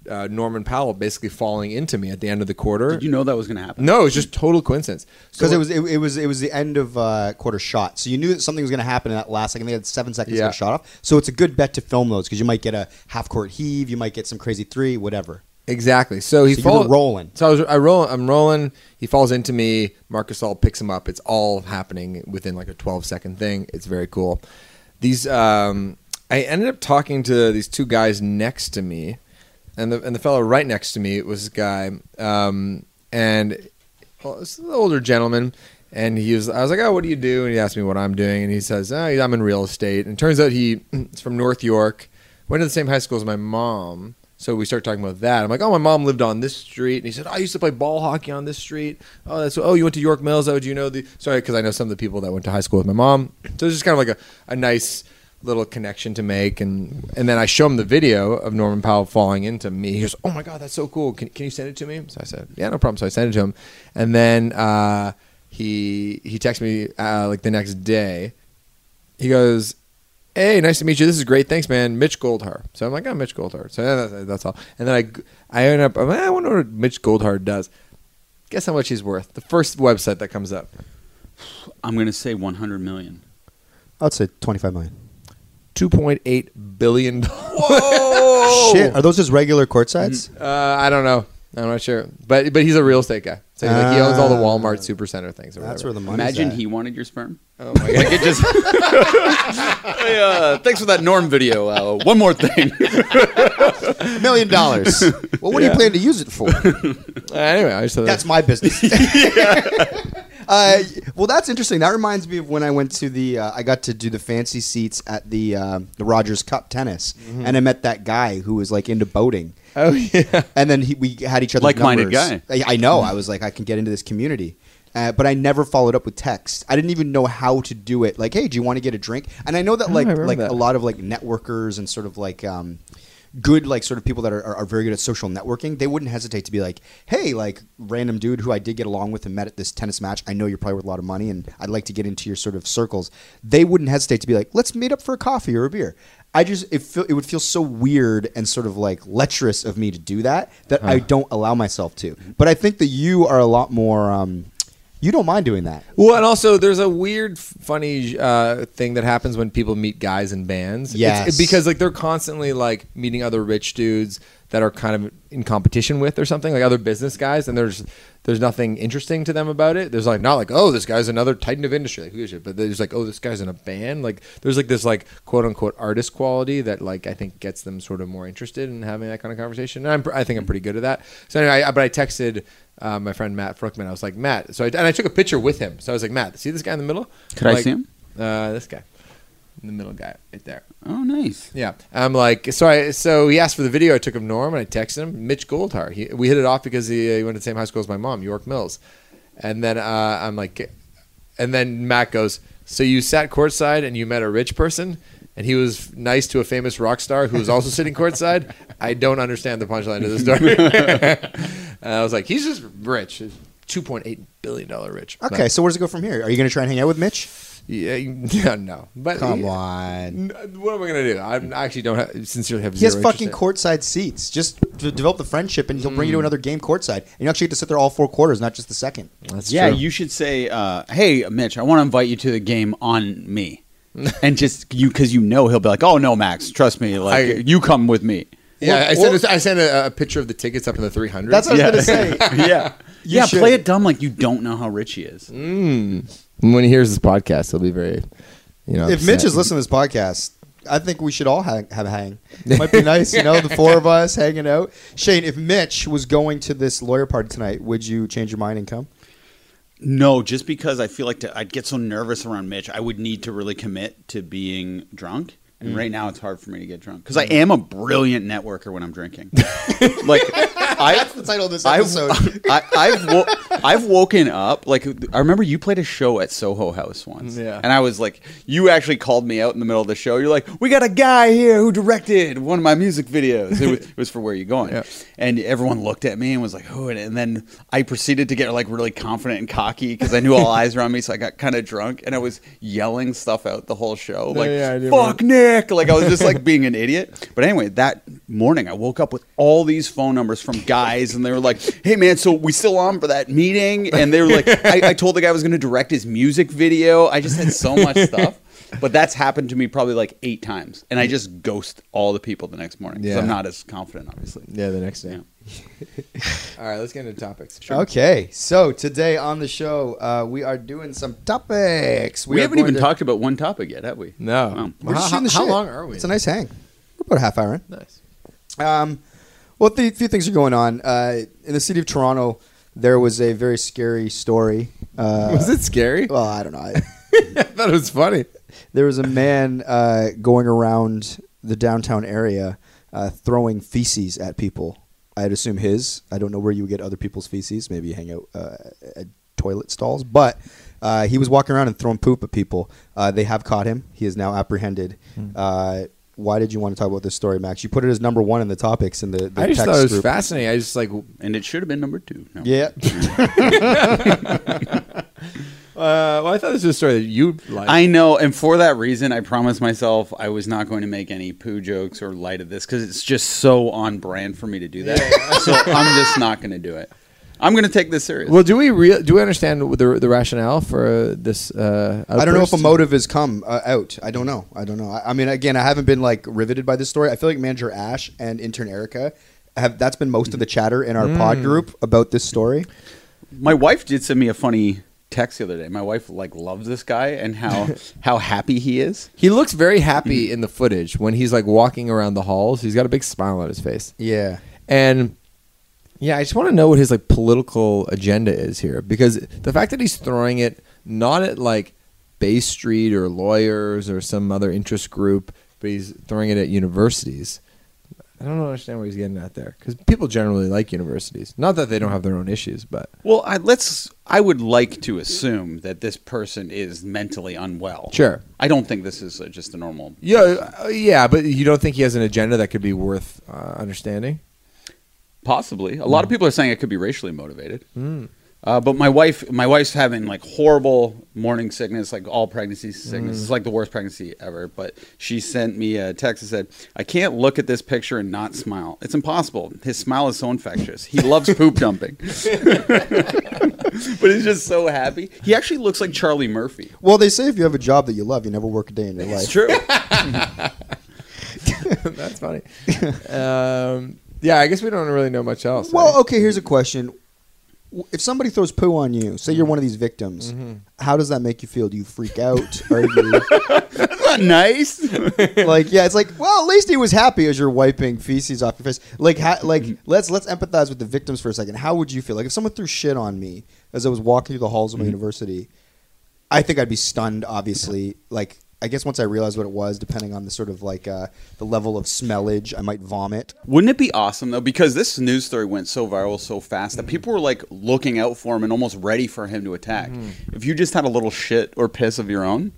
uh, Norman Powell basically falling into me at the end of the quarter.
Did you know that was going to happen?
No, it was just total coincidence. So-
because it was it, it was it was the end of uh, quarter shot, so you knew that something was going to happen in that last second. They had seven seconds to
Yeah.
get shot off, so it's a good bet to film those because you might get a half court heave, you might get some crazy three, whatever.
exactly. So he
So you
fall-
were rolling.
So I was I roll I'm rolling. He falls into me. Marcus all picks him up. It's all happening within like a 12 second thing. It's very cool. These um, I ended up talking to these two guys next to me, and the and the fellow right next to me was a guy, um, and well, it's an older gentleman. And he was, I was like, oh, what do you do? And he asked me what I'm doing. And he says, oh, I'm in real estate. And it turns out he is from North York, went to the same high school as my mom, So we start talking about that. I'm like, oh, my mom lived on this street, and he said, oh, I used to play ball hockey on this street. Oh, that's oh, you went to York Mills. Oh, do you know the? Sorry, because I know some of the people that went to high school with my mom. So it's just kind of like a, a nice little connection to make and and then I show him the video of Norman Powell falling into me. He goes, Oh my god, that's so cool. Can, can you send it to me? So I said, Yeah, no problem. So I sent it to him. And then uh, he he texted me uh, like the next day. He goes, Hey, nice to meet you. This is great. Thanks, man. Mitch Goldhar. So I'm like, oh, Mitch Goldhar. So yeah, that's, that's all. And then I, g- I end up, I'm like, I wonder what Mitch Goldhar does. Guess how much he's worth? The first website that comes up.
I'm going to say 100 million.
I'd say 25 million.
$2.8 billion.
Oh!
Shit, are those just regular court
Mm-hmm.
sides?
Uh, I don't know. I'm not sure, but but he's a real estate guy. So he's like, he owns all the Walmart Supercenter things. Or
Ah. That's
whatever.
where the money.
Imagine he wanted your sperm. Oh my god! it just. Hey, uh, thanks for that Norm video. Uh, one more thing.
a million dollars. well, what do you plan to use it for?
Uh, anyway, I just thought
That's my business. uh, well, that's interesting. That reminds me of when I went to the. Uh, I got to do the fancy seats at the uh, the Rogers Cup tennis, and I met that guy who was like into boating.
oh yeah.
And then he, we had each other's
Like-minded
numbers. I, I know. I was like, I can get into this community. Uh, but I never followed up with text. I didn't even know how to do it. Like, hey, do you want to get a drink? And I know that like
Oh, remember
like
that.
a lot of like networkers and sort of like um, good like sort of people that are, are, are very good at social networking. They wouldn't hesitate to be like, hey, like random dude who I did get along with and met at this tennis match. I know you're probably worth a lot of money, and I'd like to get into your sort of circles. They wouldn't hesitate to be like, let's meet up for a coffee or a beer. I just it feel, it would feel so weird and sort of like lecherous of me to do that that I don't allow myself to. But I think that you are a lot more. Um, you don't mind doing that.
Well, and also there's a weird, f- funny uh, thing that happens when people meet guys in bands. It's-
Yes.
because like they're constantly like meeting other rich dudes that are kind of in competition with or something, like other business guys, and there's there's nothing interesting to them about it. There's like not like oh this guy's another titan of industry, like, who is it? But there's like oh this guy's in a band. Like there's like this like quote unquote artist quality that like I think gets them sort of more interested in having that kind of conversation. And I'm, pr- I think I'm pretty good at that. So anyway, I, but I texted. Uh, my friend Matt Fruckman, I was like Matt, so I, and I took a picture with him. So I was like Matt, see this guy in the middle?
Could I
Like,
see him?
Uh, this guy, in the middle guy, right there.
Oh, nice.
Yeah, I'm like, so I, so he asked for the video I took of Norm, and I texted him Mitch Goldhar. He, we hit it off because he, uh, he went to the same high school as my mom, York Mills, and then uh, I'm like, and then Matt goes, so you sat courtside and you met a rich person, and he was nice to a famous rock star who was also sitting courtside. I don't understand the punchline to this story. and I was like, he's just rich, two point eight billion dollar rich.
Okay, so where does it go from here? Are you going to try and hang out with Mitch?
yeah, yeah, no, but
Come on.
N- What am I gonna do? I'm- I actually don't have, sincerely have
He
zero
has fucking
interest in-
courtside seats. Just to develop the friendship, and he'll bring you to
Mm.
another game courtside, and you actually get to sit there all four quarters, not just the second.
That's
yeah,
true.
you should say, uh, "Hey, Mitch, I want to invite you to the game on me," and just you because you know he'll be like, "Oh no, Max, trust me. Like
I-
you come with me."
Yeah,
Well,
I sent,
well-
a, I sent a, a picture of the tickets up in the 300s.
That's what I was going to say.
yeah, yeah.
should.
Play it dumb like you don't know how rich he is.
Mm. when he hears this podcast, he'll be very, you know.
if Mitch is listening to this podcast, I think we should all hang, have a hang. It might be nice, you know, the four of us hanging out. Shane, if Mitch was going to this lawyer party tonight, would you change your mind and come?
No, just because I feel like to, I'd get so nervous around Mitch, I would need to really commit to being drunk. And right now, it's hard for me to get drunk because I am a brilliant networker when I'm drinking. like, I,
the title of this
I've, I, I've, wo- I've woken up like I remember you played a show at Soho House once,
Yeah.
And I was like, you actually called me out in the middle of the show. You're like, we got a guy here who directed one of my music videos. It was, it was for Where You Going,
Yeah.
and everyone looked at me and was like, who? And, and then I proceeded to get like really confident and cocky because I knew all eyes were on me, so I got kind of drunk and I was yelling stuff out the whole show, like
yeah, I do
fuck Nick, like I was just like being an idiot. But anyway, that morning I woke up with all these phone numbers from guys, and they were like, "Hey man, so we still on for that meeting?" And they were like, "I, I told the guy I was going to direct his music video." I just had so much stuff. But that's happened to me probably like eight times, and I just ghost all the people the next morning because
Yeah.
I'm not as confident, obviously.
yeah, the next day.
Yeah.
All right, let's get into topics.
Okay, so today on the show, uh, we are doing some topics.
We,
are
haven't
going
even
to-
talked about one topic yet, have we?
No.
Wow.
We're just
How-
shooting the
how
shit.
long are we?
It's a nice hang. We're about a half hour in.
Nice.
Um, well, a few things are going on. Uh, in the city of Toronto, there was a very scary story. Uh,
was it scary?
Well, I don't know. I,
I thought it was funny.
there was a man uh, going around the downtown area uh, throwing feces at people. I'd assume his. I don't know where you would get other people's feces. Maybe you hang out uh, at toilet stalls. But uh, he was walking around and throwing poop at people. Uh, they have caught him. He is now apprehended.
Hmm.
Uh, why did you want to talk about this story, Max? You put it as number one in the topics in the, the
I just
text
thought it was
group. Uh,
fascinating. I just like
and it should have been number two. No.
Yeah.
Uh, well, I thought this was a story that you liked.
I know, and for that reason, I promised myself I was not going to make any poo jokes or light of this because it's just so on brand for me to do that. so I'm just not going to do it. I'm going to take this serious.
well, do we re- do we understand the, the rationale for uh, this? Uh,
I don't know if a
outburst?
motive has come uh, out. I don't know. I don't know. I, I mean, again, I haven't been like riveted by this story. I feel like manager Ash and intern Erica have. That's been most of the chatter in our pod group about this story.
My wife did send me a funny text the other day. My wife like loves this guy and how how happy he is.
He looks very happy in the footage when he's like walking around the halls. He's got a big smile on his face.
Yeah.
And yeah, I just want to know what his like political agenda is here because the fact that he's throwing it not at like Bay Street or lawyers or some other interest group, but he's throwing it at universities. I don't understand what he's getting at there because people generally like universities. Not that they don't have their own issues, but
Well, I, let's. I would like to assume that this person is mentally unwell.
sure.
I don't think this is uh, just a normal.
Yeah, uh, yeah, but you don't think he has an agenda that could be worth uh, understanding?
Possibly, a
Mm.
lot of people are saying it could be racially motivated.
Hmm,
Uh, but my wife, my wife's having like horrible morning sickness, like all pregnancy sickness. It's like the worst pregnancy ever. But she sent me a text and said, "I can't look at this picture and not smile. It's impossible. His smile is so infectious. He loves poop dumping, but he's just so happy. He actually looks like Charlie Murphy.
Well, they say if you have a job that you love, you never work a day in your life.
true.
That's funny. um, yeah, I guess we don't really know much else. eh?
Well, okay. Here's a question: W- If somebody throws poo on you, say you're one of these victims, how does that make you feel? Do you freak out? Are you
That's not nice.
like, yeah? It's like, well, at least he was happy as you're wiping feces off your face. Like, ha- like let's let's empathize with the victims for a second. How would you feel? Like, if someone threw shit on me as I was walking through the halls of my university, I think I'd be stunned. Obviously, like. I guess once I realized what it was, depending on the sort of like uh, the level of smellage, I might vomit.
Wouldn't it be awesome though? Because this news story went so viral so fast
Mm-hmm.
that people were like looking out for him and almost ready for him to attack.
Mm-hmm.
If you just had a little shit or piss of your own,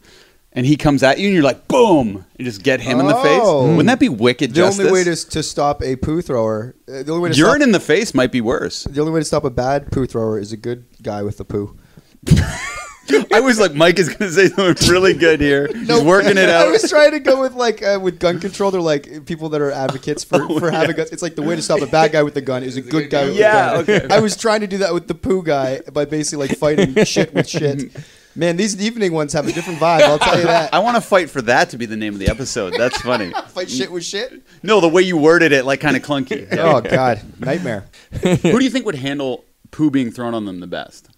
and he comes at you, and you're like, boom, and just get him in the face.
Oh.
Wouldn't that be wicked?
The
justice?
only way to, to stop a poo thrower, uh, the only way to stop
urine in the face might be worse.
The only way to stop a bad poo thrower is a good guy with the poo.
I was like, Mike is going to say something really good here. He's working it
I
out.
was trying to go with like uh, with gun control. They're like people that are advocates for,
Oh,
for having guns. It's like the way to stop a bad guy with a gun is a good guy with
Yeah,
a gun. I was trying to do that with the poo guy by basically like fighting shit with shit. Man, these evening ones have a different vibe. I'll tell you that.
I want to fight for that to be the name of the episode. That's funny.
Fight shit with shit.
No, the way you worded it, like kind of clunky.
Oh god, nightmare.
Who do you think would handle poo being thrown on them the best?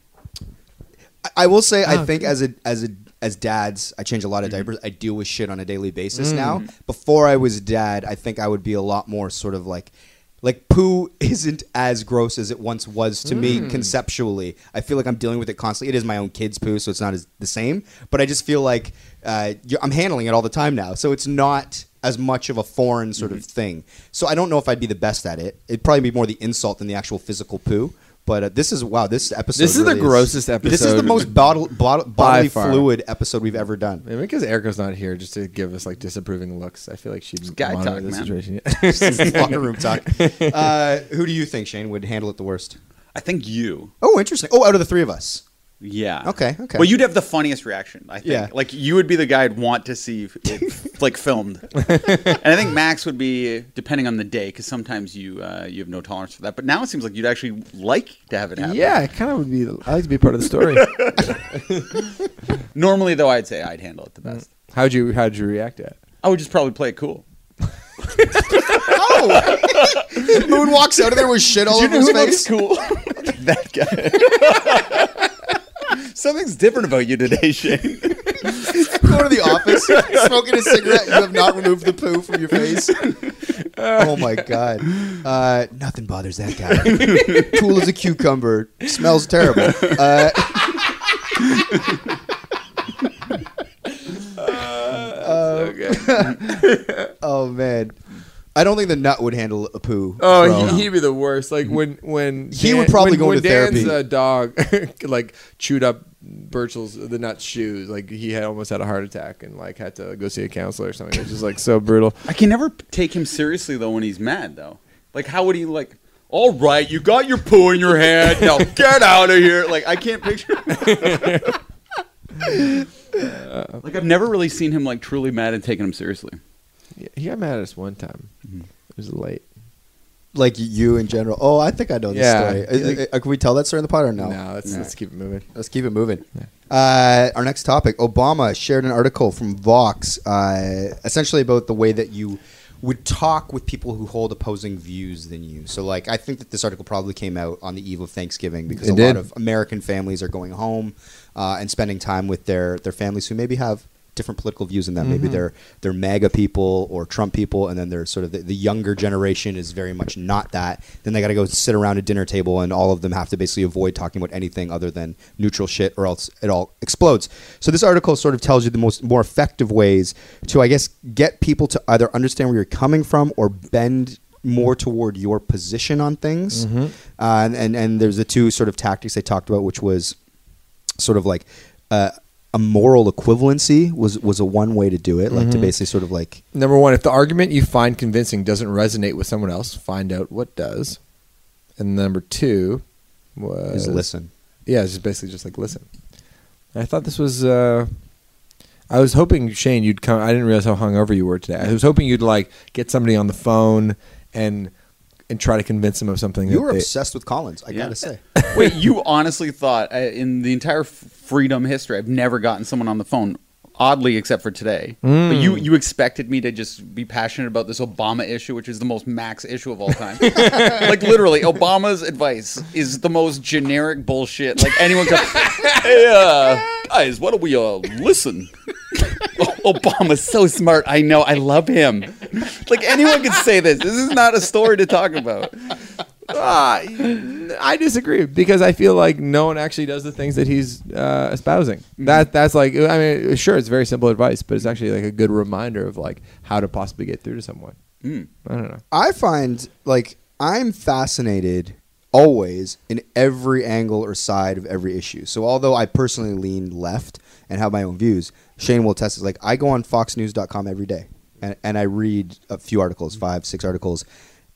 I will say, I think as a as a as dads, I change a lot of diapers. I deal with shit on a daily basis now. Before I was a dad, I think I would be a lot more sort of like like poo isn't as gross as it once was to me conceptually. I feel like I'm dealing with it constantly. It is my own kids' poo, so it's not as the same. But I just feel like uh, you I'm handling it all the time now, so it's not as much of a foreign sort of thing. So I don't know if I'd be the best at it. It'd probably be more the insult than the actual physical poo. But uh, this is wow. This episode.
This is the
really
grossest
This is the
episode.
most bottle, bottle, bodily
far.
fluid episode we've ever done.
Maybe because Erica's not here just to give us like disapproving looks. I feel like she'd
guy
monitor
talk,
the
man.
situation.
Locker room talk. Uh, who do you think Shane would handle it the worst?
I think you.
Oh, interesting. Oh, out of the three of us,
Yeah.
Okay, okay.
Well, you'd have the funniest reaction. I think.
Yeah.
Like you would be the guy I'd want to see it, like filmed. and I think Max would be depending on the day because sometimes you uh, you have no tolerance for that. But now it seems like you'd actually like to have it happen.
yeah, it kind of would be. I like to be part of the story.
Normally though, I'd say I'd handle it the best.
Mm.
how'd you How'd you react to it?
I would just probably play it cool.
Oh. Moon walks out of there with shit all over his face.
cool? that guy. Something's different about you today, Shane.
Go to the office, smoking a cigarette. You have not removed the poo from your face. Oh my god! Uh, nothing bothers that guy. Cool as a cucumber. Smells terrible. Uh,
Uh,
oh man. I don't think the nut would handle a poo.
Oh,
throw.
he, he'd be the worst. Like when when
He would probably
when,
go
when
into
Dan's
therapy.
uh, dog like chewed up Birchall's the nut shoes. Like he had almost had a heart attack and like had to go see a counselor or something. It was just like so brutal.
I can never p- take him seriously though when he's mad though. Like how would he like? All right, you got your poo in your hand. Now get out of here. Like I can't picture. like I've never really seen him like truly mad and taking him seriously.
Yeah, He got mad at us one time. It was late.
like you in general. Oh, I think I know this
Yeah.
story. Uh, uh, uh, can we tell that story in the pod or no?
let's
No.
let's keep it moving.
Let's keep it moving. Uh, our next topic: Obama shared an article from Vox, uh, essentially about the way that you would talk with people who hold opposing views than you. So, like, I think that this article probably came out on the eve of Thanksgiving because
It
a
did.
lot of American families are going home uh, and spending time with their their families who maybe have different political views in them. Maybe they're they're MAGA people or Trump people, and then they're sort of the, the younger generation is very much not that. Then they got to go sit around a dinner table, and all of them have to basically avoid talking about anything other than neutral shit, or else it all explodes. So this article sort of tells you the most more effective ways to, I guess, get people to either understand where you're coming from or bend more toward your position on things. Uh, and, and and there's the two sort of tactics they talked about, which was sort of like uh, a moral equivalency was was a one way to do it, like to basically sort of like
Number one, if the argument you find convincing doesn't resonate with someone else, find out what does. And number two
is
was
listen.
Yeah, it's just basically just like listen. And I thought this was. Uh, I was hoping Shane, you'd come. I didn't realize how hungover you were today. I was hoping you'd like get somebody on the phone and and try to convince them of something.
You
that
were
they-
obsessed with Collins, I
Yeah.
gotta say.
Wait, you honestly thought uh, in the entire f- freedom history, I've never gotten someone on the phone, oddly, except for today. But you, you expected me to just be passionate about this Obama issue, which is the most max issue of all time. like, literally, Obama's advice is the most generic bullshit. Like, anyone could, hey, uh, guys, why don't we uh, listen? O- Obama's so smart. I know. I love him. Like, anyone could say this. This is not a story to talk about.
Ah, I disagree because I feel like no one actually does the things that he's uh, espousing. That that's like I mean, sure, it's very simple advice, but it's actually like a good reminder of like how to possibly get through to someone. I don't know.
I find like I'm fascinated always in every angle or side of every issue. So although I personally lean left and have my own views, Shane will test it. Like I go on FoxNews.com every day and, and I read a few articles, five, six articles,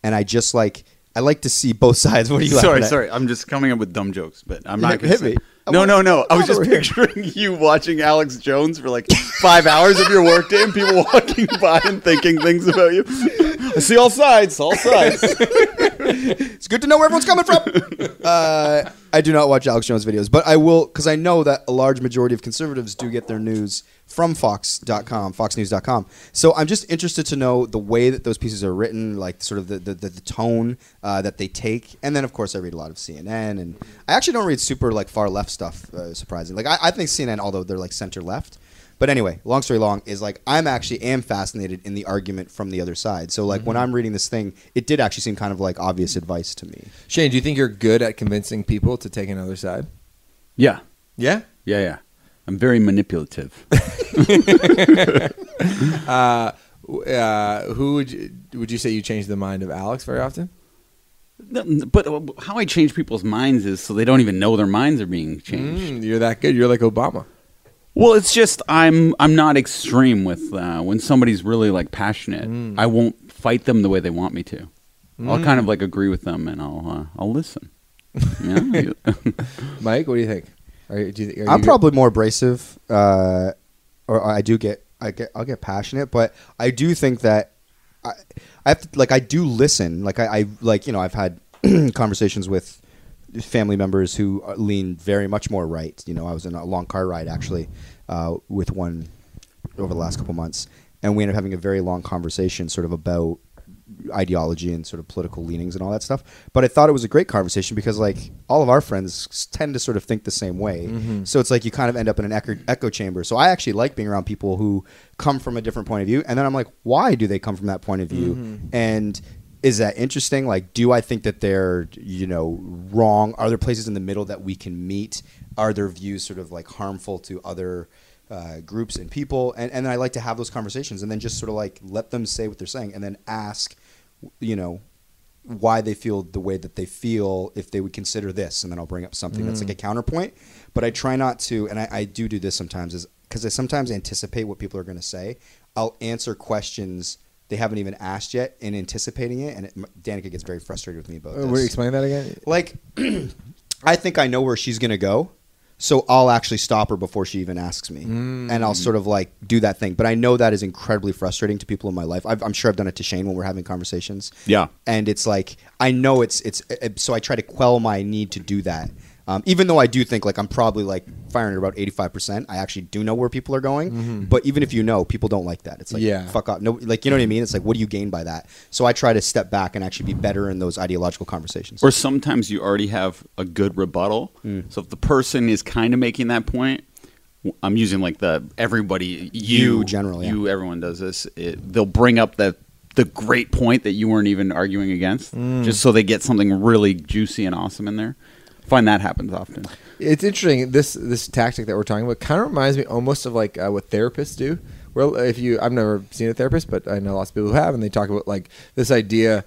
and I just like I like to see both sides. What are you laughing
sorry,
at?
sorry. I'm just coming up with dumb jokes, but I'm
Hit-
not going
hit
to say.
me.
No, no, no. I was
Over
just
here.
picturing you watching Alex Jones for like five hours of your workday and people walking by and thinking things about you. I see all sides, all sides.
It's good to know where everyone's coming from. uh, I do not watch Alex Jones videos, but I will because I know that a large majority of conservatives do get their news from Fox.com, FoxNews.com. So I'm just interested to know the way that those pieces are written, like sort of the the, the, the tone uh, that they take, and then of course I read a lot of CNN, and I actually don't read super like far left stuff. Uh, surprising, like I, I think CNN, although they're like center left. But anyway, long story long is like I'm actually am fascinated in the argument from the other side. So like when I'm reading this thing, it did actually seem kind of like obvious advice to me.
Shane, do you think you're good at convincing people to take another side?
Yeah,
Yeah.
yeah, yeah. I'm very manipulative.
Uh, who would you, would you say you change the mind of Alex very often?
but how I change people's minds is so they don't even know their minds are being changed.
Mm, you're that good. You're like Obama.
Well, it's just I'm I'm not extreme with uh, when somebody's really like passionate.
Mm.
I won't fight them the way they want me to. I'll kind of like agree with them and I'll uh, I'll listen. Yeah.
Mike, what do you think? Are, you- do you, are
I'm
you-
probably more abrasive, uh, or I do get I get I'll get passionate, but I do think that I, I have to like I do listen. Like I, I like you know I've had conversations with family members who are- lean very much more right. You know I was in a long car ride actually uh, with one over the last couple months, and we ended up having a very long conversation, sort of about ideology and sort of political leanings and all that stuff. But I thought it was a great conversation because like all of our friends s- tend to sort of think the same way. So it's like you kind of end up in an echo, echo chamber. So I actually like being around people who come from a different point of view and then I'm like why do they come from that point of view? And is that interesting? Like do I think that they're you know wrong? Are there places in the middle that we can meet? Are their views sort of like harmful to other uh, groups and people, and, and I like to have those conversations, and then just sort of like let them say what they're saying, and then ask you know, why they feel the way that they feel if they would consider this, and then I'll bring up something that's like a counterpoint. But I try not to, and I, I do do this sometimes, is because I sometimes anticipate what people are going to say. I'll answer questions they haven't even asked yet, and anticipating it, and it, Danica gets very frustrated with me about
Uh,
this
wait, explain that again.
like I think I know where she's gonna go, so I'll actually stop her before she even asks me, and I'll sort of like do that thing. But I know that is incredibly frustrating to people in my life. I've, I'm sure I've done it to Shane when we're having conversations.
Yeah.
and it's like I know it's it's uh, so I try to quell my need to do that. Um, even though I do think like I'm probably like firing at about 85%, I actually do know where people are going. But even if you know, people don't like that. It's like
Yeah.
fuck off. No, like you know what I mean? It's like what do you gain by that? So I try to step back and actually be better in those ideological conversations.
Or sometimes you already have a good rebuttal.
Mm.
So if the person is kind of making that point, w- I'm using like the everybody, you,
You, general, yeah.
you, everyone does this. It, they'll bring up the the great point that you weren't even arguing against,
Mm.
just so they get something really juicy and awesome in there. I find that happens often.
It's interesting. This this tactic that we're talking about kind of reminds me almost of like uh, what therapists do. Well, if you, I've never seen a therapist, but I know lots of people who have, and they talk about like this idea.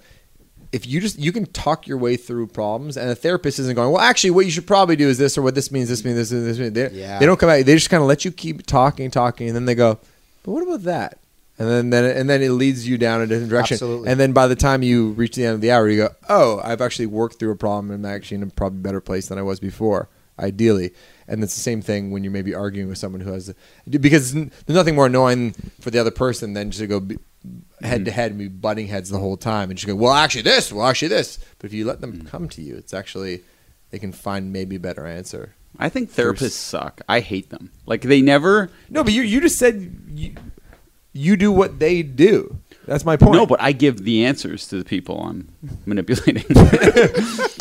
If you just you can talk your way through problems, and a therapist isn't going, well, actually, what you should probably do is this, or what this means, this means this, and this means that.
Yeah.
They don't come out. They just kind of let you keep talking, talking, and then they go, but what about that? And then, then and then it leads you down a different direction.
Absolutely.
And then by the time you reach the end of the hour, you go, "Oh, I've actually worked through a problem, and I'm actually in a probably better place than I was before." Ideally, and it's the same thing when you're maybe arguing with someone who has, because n- there's nothing more annoying for the other person than just to go be, head to head and be butting heads the whole time, and just go, "Well, actually this, well, actually this." But if you let them come to you, it's actually they can find maybe a better answer.
I think therapists suck. I hate them. Like they never.
No, but you you just said you, you do what they do. That's my point.
No, but I give the answers to the people I'm manipulating.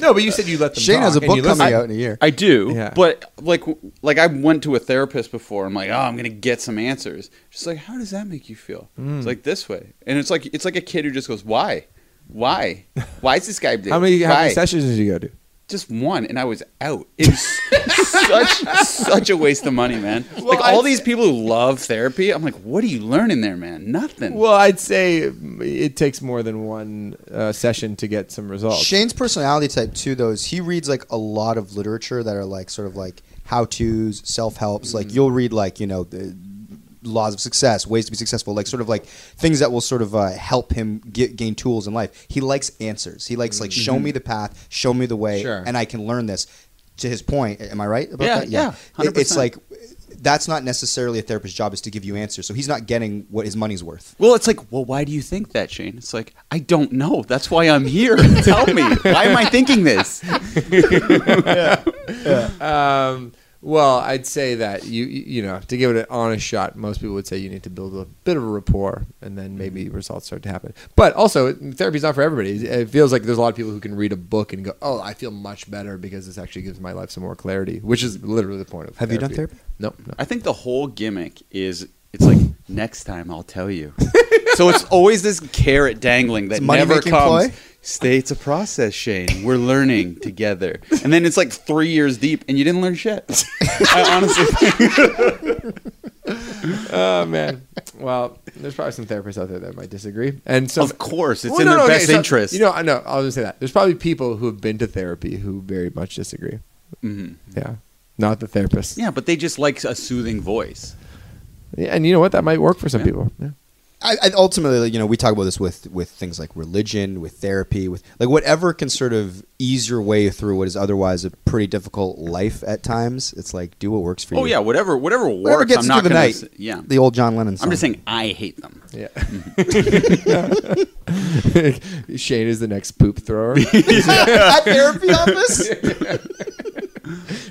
no, but you said you let them.
Shane has a
talk and
book
you listen.
coming out in a year.
I do,
Yeah.
but like like I went to a therapist before. I'm like, oh, I'm gonna get some answers. She's like, how does that make you feel?
Mm.
It's like this way, and it's like it's like a kid who just goes, why, why, why is this guy? doing-
How many, how many
why?"
sessions did you go to?
Just one, and I was out. It was such such a waste of money, man. like all these people who love therapy, I'm like, what do you learn in there, man? Nothing.
Well, I'd say it takes more than one uh, session to get some results.
Shane's personality type too, though, is he reads like a lot of literature that are like sort of like how tos, self helps.
Mm.
Like you'll read like you know the laws of success, ways to be successful, like sort of like things that will sort of uh, help him get, gain tools in life. He likes answers. He likes like show me the path, show me the way,
Mm-hmm. Sure.
and I can learn this. To his point, am I right about
Yeah,
that?
yeah,
It- it's
100%.
like. That's not necessarily a therapist's job is to give you answers. So he's not getting what his money's worth.
Well, it's like, well, why do you think that, Shane? It's like, I don't know. That's why I'm here. Tell me. Why am I thinking this?
Um, well, I'd say that you you you know to give it an honest shot, most people would say you need to build a bit of a rapport, and then maybe
Mm-hmm.
results start to happen. But also, therapy's not for everybody. It feels like there's a lot of people who can read a book and go, "Oh, I feel much better because this actually gives my life some more clarity," which is literally the point of.
Have you done therapy?
No, no.
I think the whole gimmick is it's like next time I'll tell you. so it's always this carrot dangling that
It's a money
never
making
comes.
ploy?
Stay, it's a process, Shane. We're learning together, and then it's like three years deep, and you didn't learn shit. I honestly,
Oh man. Well, there's probably some therapists out there that might disagree, and some
of course, it's
Well,
in
no,
their
no, okay,
best
so-
interest.
You know, I know. I'll just say that there's probably people who have been to therapy who very much disagree.
Mhm.
Yeah, not the therapist.
yeah, but they just like a soothing voice.
Yeah, and you know what? That might work for some people. Yeah.
I, I ultimately, like, you know, we talk about this with with things like religion, with therapy, with like whatever can sort of ease your way through what is otherwise a pretty difficult life at times. It's like do what works for
Oh
you.
yeah, whatever, whatever works.
whatever gets
I'm
you
not
through the
gonna
night.
s- yeah,
the old John Lennon. Song.
I'm just saying I hate them.
Yeah. Shane is the next poop thrower.
at therapy office.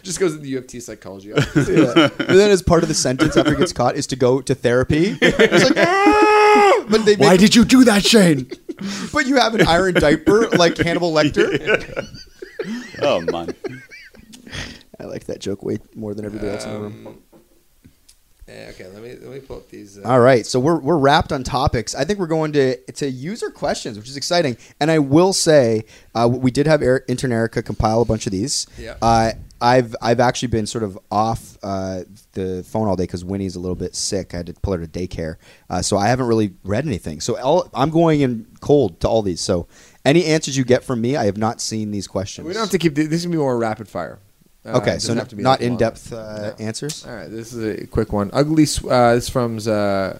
Just goes to the UFT psychology office.
Yeah. And then as part of the sentence after he gets caught is to go to therapy. It's like, "Ah!" but they make,
did you do that, Shane?
but you have an iron diaper like Hannibal Lecter.
oh man. Um,
I like that joke way more than everybody else in the room.
Yeah, okay, let me let me pull up these. Uh,
All right, so we're we're wrapped on topics. I think we're going to to user questions, which is exciting. And I will say, uh, we did have Air, Internerica compile a bunch of these.
Yeah.
Uh, I've I've actually been sort of off uh, the phone all day because Winnie's a little bit sick. I had to pull her to daycare, uh, so I haven't really read anything. So all, I'm going in cold to all these. So any answers you get from me, I have not seen these questions.
We don't have to keep th- this. Is gonna be more rapid fire. Uh,
okay,
it
so
doesn't
n-
have to be
not
that long.
in depth uh,
No.
answers.
All right, this is a quick one. Ugly. Sw- uh, this is from uh,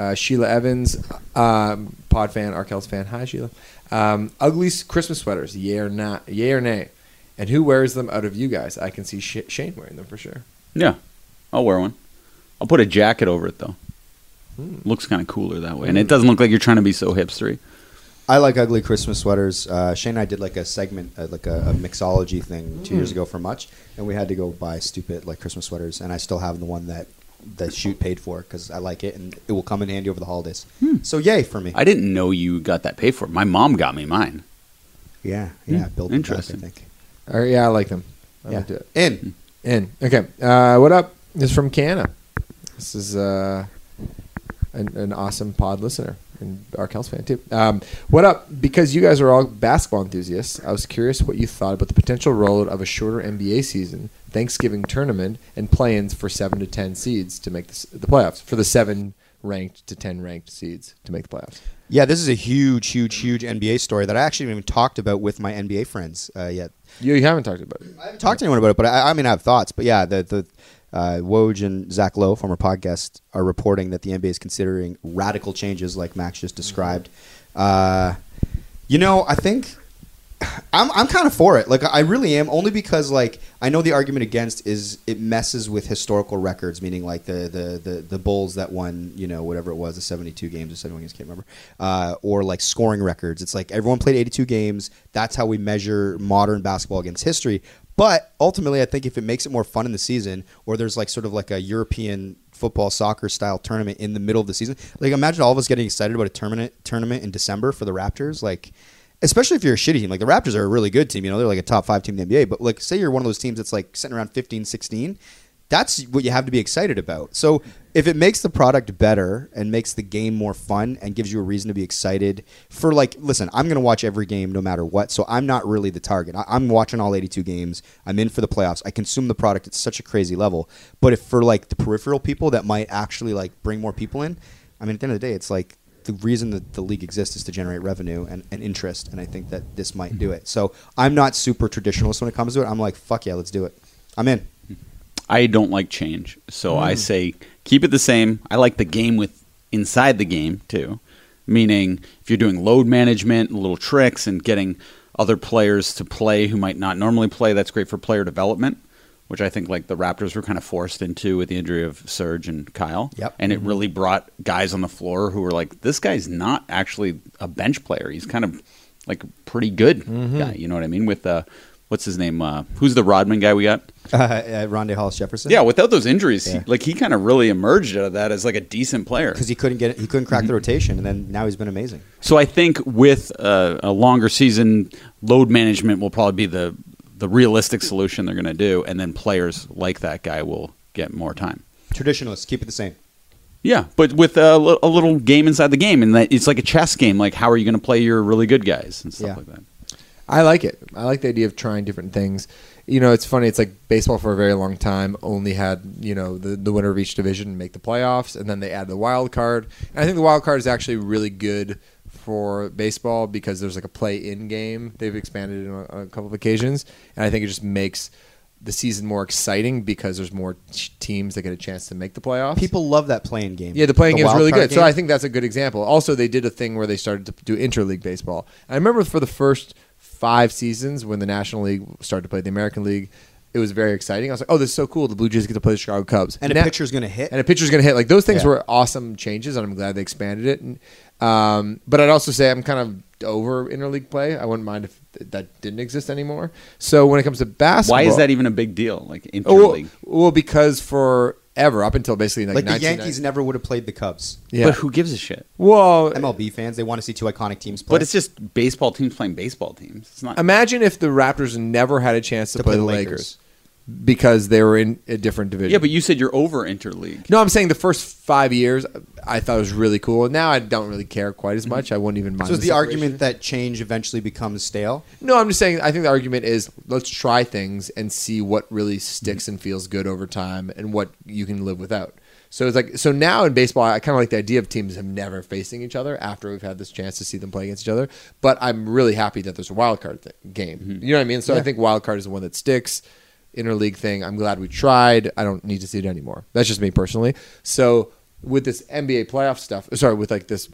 uh, Sheila Evans, um, Pod fan, Arkells fan. Hi, Sheila. Um, ugly s- Christmas sweaters. Yay or not? Yay or nay? And who wears them out of you guys? I can see Sh- Shane wearing them for sure.
Yeah, I'll wear one. I'll put a jacket over it though. Looks kind of cooler that way, and it doesn't look like you're trying to be so hipstery.
I like ugly Christmas sweaters. Uh, Shane and I did like a segment, uh, like a, a mixology thing two years
Mm-hmm.
ago for Much, and we had to go buy stupid like Christmas sweaters, and I still have the one that the shoot paid for because I like it, and it will come in handy over the holidays. So yay for me!
Hmm. I didn't know you got that paid for. My mom got me mine.
yeah, yeah, build them
Hmm. Interesting.
Back, I think.
All right, yeah, I like them. I
Yeah.
yeah. do it.
In
In. Okay. Uh, what up? This is from Canna. This is uh, an, an awesome pod listener and Arkells fan, too. Um, what up? Because you guys are all basketball enthusiasts, I was curious what you thought about the potential rollout of a shorter NBA season, Thanksgiving tournament, and play ins for 7 to 10 seeds to make the, s- the playoffs, for the 7 ranked to 10 ranked seeds to make the playoffs.
yeah, this is a huge, huge, huge NBA story that I actually haven't even talked about with my NBA friends uh, yet.
You, you haven't talked about it.
I haven't talked to anyone about it, but I, I mean, I have thoughts. But yeah, the the uh, Woj and Zach Lowe, former podcast, are reporting that the NBA is considering radical changes, like Max just described. Uh, you know, I think I'm I'm kind of for it. Like I really am, only because like I know the argument against is it messes with historical records, meaning like the the the, the Bulls that won, you know, whatever it was, the seventy two games or seventy one games, can't remember, uh, or like scoring records. It's like everyone played eighty two games. That's how we measure modern basketball against history. But ultimately, I think if it makes it more fun in the season, or there's like sort of like a European football soccer style tournament in the middle of the season, like imagine all of us getting excited about a tournament tournament in December for the Raptors, like especially if you're a shitty team. Like the Raptors are a really good team. You know, they're like a top five team in the NBA. But like, say you're one of those teams that's like sitting around 15, 16. That's what you have to be excited about. So if it makes the product better and makes the game more fun and gives you a reason to be excited for like, listen, I'm going to watch every game no matter what. So I'm not really the target. I- I'm watching all 82 games. I'm in for the playoffs. I consume the product at such a crazy level. But if for like the peripheral people that might actually like bring more people in, I mean, at the end of the day, it's like the reason that the league exists is to generate revenue and, and interest, and I think that this might do it. So I'm not super traditionalist when it comes to it. I'm like, fuck yeah, let's do it. I'm in.
I don't like change, so I say keep it the same. I like the game with inside the game too, meaning if you're doing load management, and little tricks, and getting other players to play who might not normally play. That's great for player development, which I think like the Raptors were kind of forced into with the injury of Serge and Kyle.
Yep.
and it really brought guys on the floor who were like, this guy's not actually a bench player. He's kind of like a pretty good guy. You know what I mean? With uh, what's his name? Uh, who's the Rodman guy we got?
Uh, uh, Rondé Hollis Jefferson.
Yeah, without those injuries,
Yeah.
he, like he kind of really emerged out of that as like a decent player.
because he couldn't get he couldn't crack
Mm-hmm.
the rotation, and then now he's been amazing.
So I think with uh, a longer season, load management will probably be the the realistic solution they're going to do, and then players like that guy will get more time.
Traditionalists keep it the same.
Yeah, but with a, li- a little game inside the game, and that it's like a chess game. Like, how are you going to play your really good guys and stuff
Yeah.
like that?
I like it. I like the idea of trying different things. You know, it's funny. It's like baseball for a very long time only had you know the, the winner of each division make the playoffs, and then they add the wild card. And I think the wild card is actually really good for baseball because there's like a play-in game. They've expanded it on, on a couple of occasions, and I think it just makes the season more exciting because there's more t- teams that get a chance to make the playoffs.
People love that playing game.
Yeah, the playing game is
wild
really
card
good. So
game.
I think that's a good example. Also, they did a thing where they started to do interleague baseball. I remember for the first five seasons when the National League started to play the American League, it was very exciting. I was like, oh, this is so cool. The Blue Jays get to play the Chicago Cubs.
and a
Now-
pitcher's gonna hit.
and a pitcher's going to hit. Like those things
Yeah.
were awesome changes, and I'm glad they expanded it. And, um, but I'd also say I'm kind of over interleague play. I wouldn't mind if th- that didn't exist anymore. So when it comes to basketball,
Why is that even a big deal? Like
Oh, well,
interleague.
well, because forever up until basically like,
like the
1990
Yankees never would have played the Cubs.
Yeah.
But who gives a shit?
well,
MLB fans they want to see two iconic teams play.
But it's just baseball teams playing baseball teams. It's not.
Imagine if the Raptors never had a chance to, play, the Lakers. because they were in a different division.
Yeah, but you said you're over interleague.
no, I'm saying the first five years I thought it was really cool. Now I don't really care quite as much. I wouldn't even mind.
So is the
separation.
argument that change eventually becomes stale?
No, I'm just saying. I think the argument is let's try things and see what really sticks and feels good over time, and what you can live without. So it's like so now in baseball, I kind of like the idea of teams have never facing each other after we've had this chance to see them play against each other. But I'm really happy that there's a wild card th- game. You know what I mean? So I think wild card is the one that sticks. Interleague thing. I'm glad we tried. I don't need to see it anymore. That's just me personally. So with this NBA playoff stuff, sorry, with like this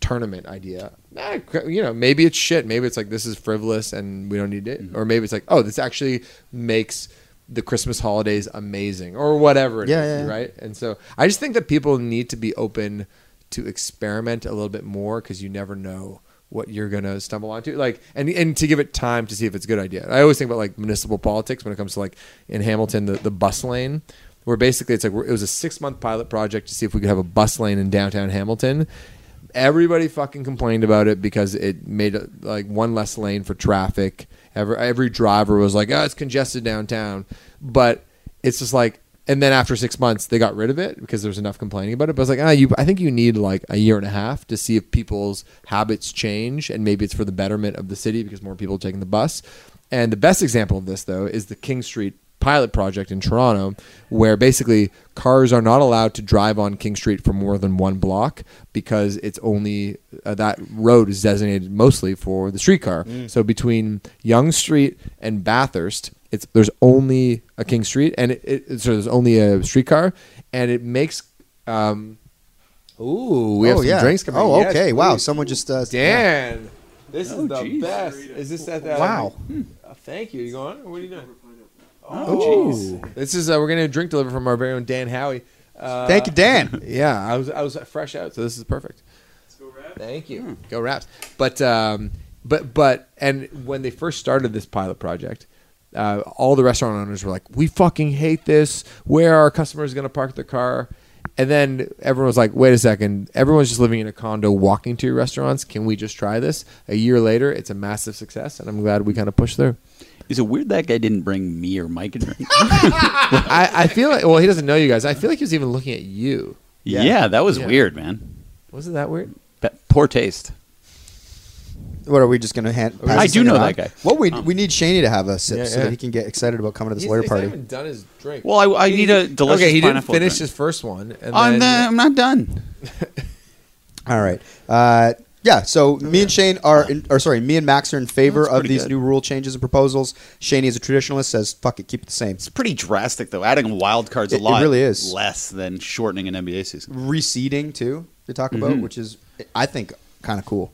tournament idea. eh, You know, maybe it's shit. Maybe it's like this is frivolous and we don't need
Mm-hmm.
it. Or maybe it's like, oh, this actually makes the Christmas holidays amazing or whatever it is,
Yeah, yeah, yeah.
right? And so I just think that people need to be open to experiment a little bit more because you never know what you're gonna stumble onto. Like and and to give it time to see if it's a good idea. I always think about like municipal politics when it comes to like in Hamilton the, the bus lane where basically it's like we're- it was a six month pilot project to see if we could have a bus lane in downtown Hamilton. Everybody fucking complained about it because it made uh, like one less lane for traffic. Every every driver was like, "Oh, it's congested downtown," but it's just like. And then after six months, they got rid of it because there was enough complaining about it. But I was like, ah, you, I think you need like a year and a half to see if people's habits change, and maybe it's for the betterment of the city because more people are taking the bus. And the best example of this, though, is the King Street pilot project in Toronto, where basically cars are not allowed to drive on King Street for more than one block because it's only uh, that road is designated mostly for the streetcar. So between Young Street and Bathurst, it's there's only a King Street, and it, it, so there's only a streetcar, and it makes. Um, Ooh, we have
oh
some
yeah.
drinks coming.
oh
Yes,
okay. wow.
please.
Someone just uh, yeah.
Dan, this
Oh,
is the
geez.
best. Is this at the
Wow.
Uh, thank you. You going? What are you doing?
Oh,
This is uh, we're gonna drink delivered from our very own Dan Howie. Uh,
Thank you, Dan.
Yeah, I was I was fresh out, so this is perfect. Let's go Raps. Thank
Hmm.
you. Go Raps. But um, but but and when they first started this pilot project, uh, all the restaurant owners were like, "We fucking hate this. Where are our customers going to park their car?" And then everyone was like, "Wait a second. Everyone's just living in a condo, walking to your restaurants. Can we just try this?" A year later, it's a massive success, and I'm glad we kind of pushed through.
Is it weird that guy didn't bring me or Mike a drink?
I, I feel like well, he doesn't know you guys. I feel like he was even looking at you.
yeah. that was
Yeah.
weird, man.
Wasn't that weird?
That- poor taste.
What are we just gonna hand? pass
I
this
do
thing
know
around?
that guy.
Well, we we need Shaney to have a sip
Um, Yeah,
so
yeah.
that he can get excited about coming to this lawyer party.
done his drink.
Well, I, I need a delicious
okay, he didn't
pineapple
finish
drink.
his first one, and
I'm,
then
uh, I'm not done.
All right. Uh, yeah. So me and Shane are, in, or sorry, me and Max are in favor
That's
of
pretty
these
good.
new rule changes and proposals. Shane is a traditionalist. Says fuck it, keep it the same.
It's pretty drastic, though. Adding wild cards a
It- it
lot
really is.
less than shortening an NBA season.
Reseeding too to talk about,
Mm-hmm.
which is I think kind of cool.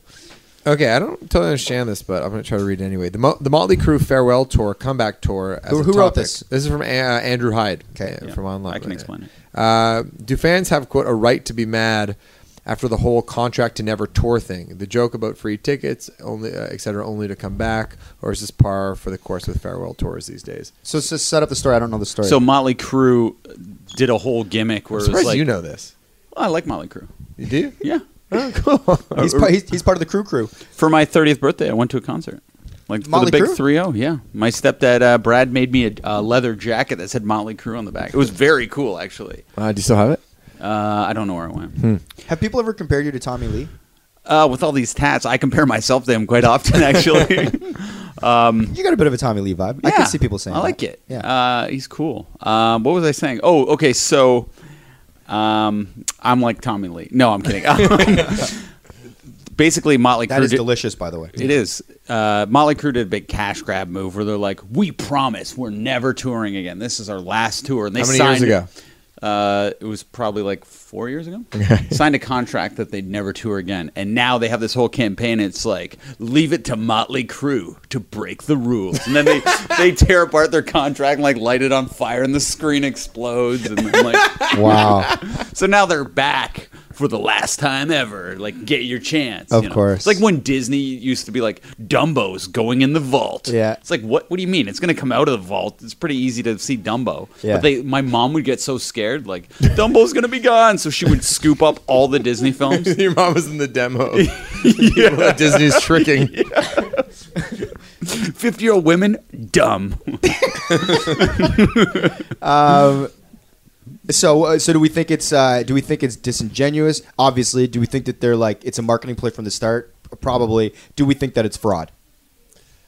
okay, I don't totally understand this, but I'm going to try to read it anyway. The, Mo- the Motley Crew farewell tour, comeback tour. As
Who-
a
who wrote
topic.
this?
This is from uh, Andrew Hyde.
Okay.
uh,
Yeah,
from online.
I can explain it.
Uh, do fans have quote a right to be mad after the whole contract to never tour thing? The joke about free tickets, only uh, et cetera, only to come back, or is this par for the course with farewell tours these days?
So s- set up the story. I don't know the story.
So Motley Crue uh, did a whole gimmick where
I'm
it was
surprised
like,
you know this.
"Oh, I like Motley Crue.
You do?
Yeah.
Oh, cool.
he's,
uh,
pa- he's, he's part of the crew crew.
For my 30th birthday, I went to a concert. Like for
Motley
the big
Crue?
3-0, yeah. My stepdad uh, Brad made me a uh, leather jacket that said Motley Crue on the back. It was very cool, actually.
Uh, do you still have it?
Uh, I don't know where I went.
Have people ever compared you to Tommy Lee?
Uh, with all these tats, I compare myself to him quite often, actually.
You got a bit of a Tommy Lee vibe. I
Yeah,
can see people saying
I like
that.
it.
Yeah.
uh, he's cool. Um, what was I saying? Oh, okay. So, um, I'm like Tommy Lee. No, I'm kidding. Basically, Motley
that
Crue
is
did-
delicious, by the way.
It is. Uh, Motley Crue did a big cash grab move where they're like, "We promise we're never touring again. This is our last tour." And they
How many years
signed,
ago?
Uh, it was probably like four years ago. signed a contract that they'd never tour again, and now they have this whole campaign. It's like, "Leave it to Motley Crue to break the rules," and then they they tear apart their contract and like light it on fire, and the screen explodes, and then, like,
Wow.
so now they're back for the last time ever. Like, get your chance.
Of
you know?
course.
It's like when Disney used to be like, Dumbo's going in the vault.
Yeah.
It's like, what What do you mean? It's going to come out of the vault. It's pretty easy to see Dumbo.
Yeah.
But they, my mom would get so scared, like, Dumbo's going to be gone. So she would scoop up all the Disney films.
Your mom was in the demo. Disney's tricking.
50 year old women dumb.
So, uh, so do we think it's uh, do we think it's disingenuous? Obviously, do we think that they're like it's a marketing play from the start? Probably. Do we think that it's fraud?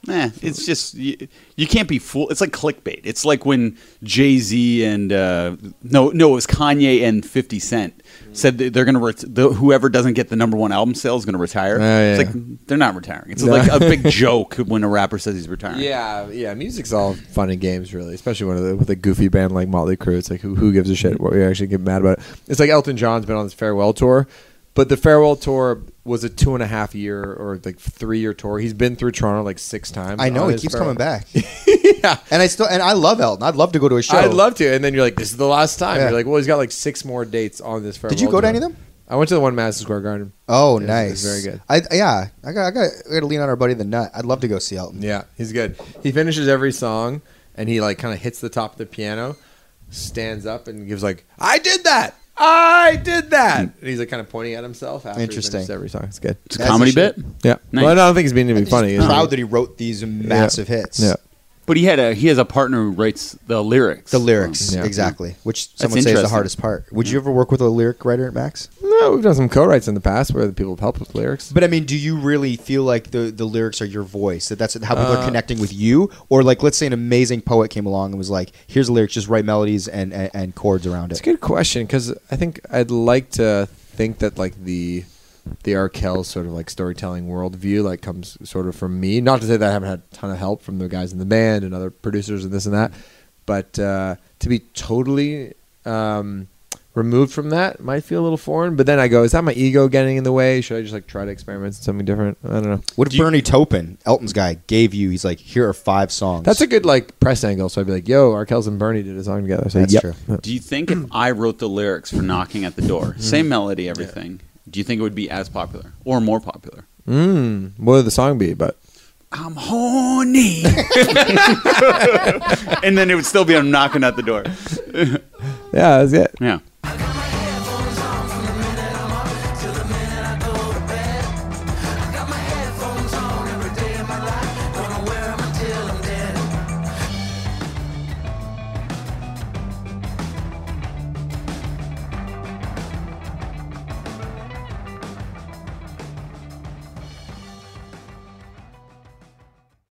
Eh, it's just you, you can't be fooled. It's like clickbait. It's like when Jay Z and uh, no, no, it was Kanye and Fifty Cent said that they're gonna ret- the, whoever doesn't get the number one album sale is gonna retire.
Oh, yeah.
It's like they're not retiring. It's like a big joke when a rapper says he's retiring.
Yeah, yeah. Music's all fun and games, really. Especially when with a goofy band like Motley Crue. It's like who who gives a shit? What we actually get mad about? It's like Elton John's been on this farewell tour, but the farewell tour was a two and a half year or like three year tour. He's been through Toronto like six times.
I know
on
he
his
keeps
farewell-
coming back,
yeah.
and I still and I love Elton. I'd love to go to a show.
I'd love to, and then you're like, "This is the last time."
Yeah.
You're like, "Well, he's got like six more dates on this." Farewell
Did you go to
tour."
any of them?
I went to the one in Madison Square Garden.
Oh,
It was- it
nice.
was very good.
I yeah. I got I got I got to lean on our buddy the nut. I'd love to go see Elton.
Yeah, he's good. He finishes every song and he like kind of hits the top of the piano, stands up and gives like, "I did that. I did that." And he's like kind of pointing at himself after
Interesting.
he finishes every song. It's good.
It's a
That's
comedy
a shame.
bit,
Yeah.
Nice.
Well, I don't think he's being to be funny.
He's
is
proud
he?
that he wrote these massive hits.
Yeah.
but he had a he has a partner who writes the lyrics.
The lyrics,
Yeah.
exactly. Which some would say is the
interesting.
hardest part. Would you ever work with a lyric writer, Max?
No, we've done some co-writes in the past where the people have helped with lyrics.
But I mean, do you really feel like the, the lyrics are your voice? That that's how people
Uh,
are connecting with you, or like let's say an amazing poet came along and was like, "Here's the lyrics, just write melodies and and, and chords around
It's a
it."
good question because I think I'd like to think that like the the Arkell sort of like storytelling worldview like comes sort of from me. Not to say that I haven't had a ton of help from the guys in the band and other producers and this and that, but uh, to be totally um, removed from that might feel a little foreign. But then I go, is that my ego getting in the way? Should I just like try to experiment with something different? I don't know.
What if Bernie Taupin, Elton's guy, gave you? He's like, "Here are five songs."
That's a good like press angle. So I'd be like, yo, Arkells and Bernie did a song together. So
That's
yep.
true.
Do you think if I wrote the lyrics for "Knocking at the Door," same melody, everything, do you think it would be as popular or more popular?
Mm, what would the song be? But
I'm horny. and then it would still be I'm knocking at the door.
yeah, that's it.
Yeah.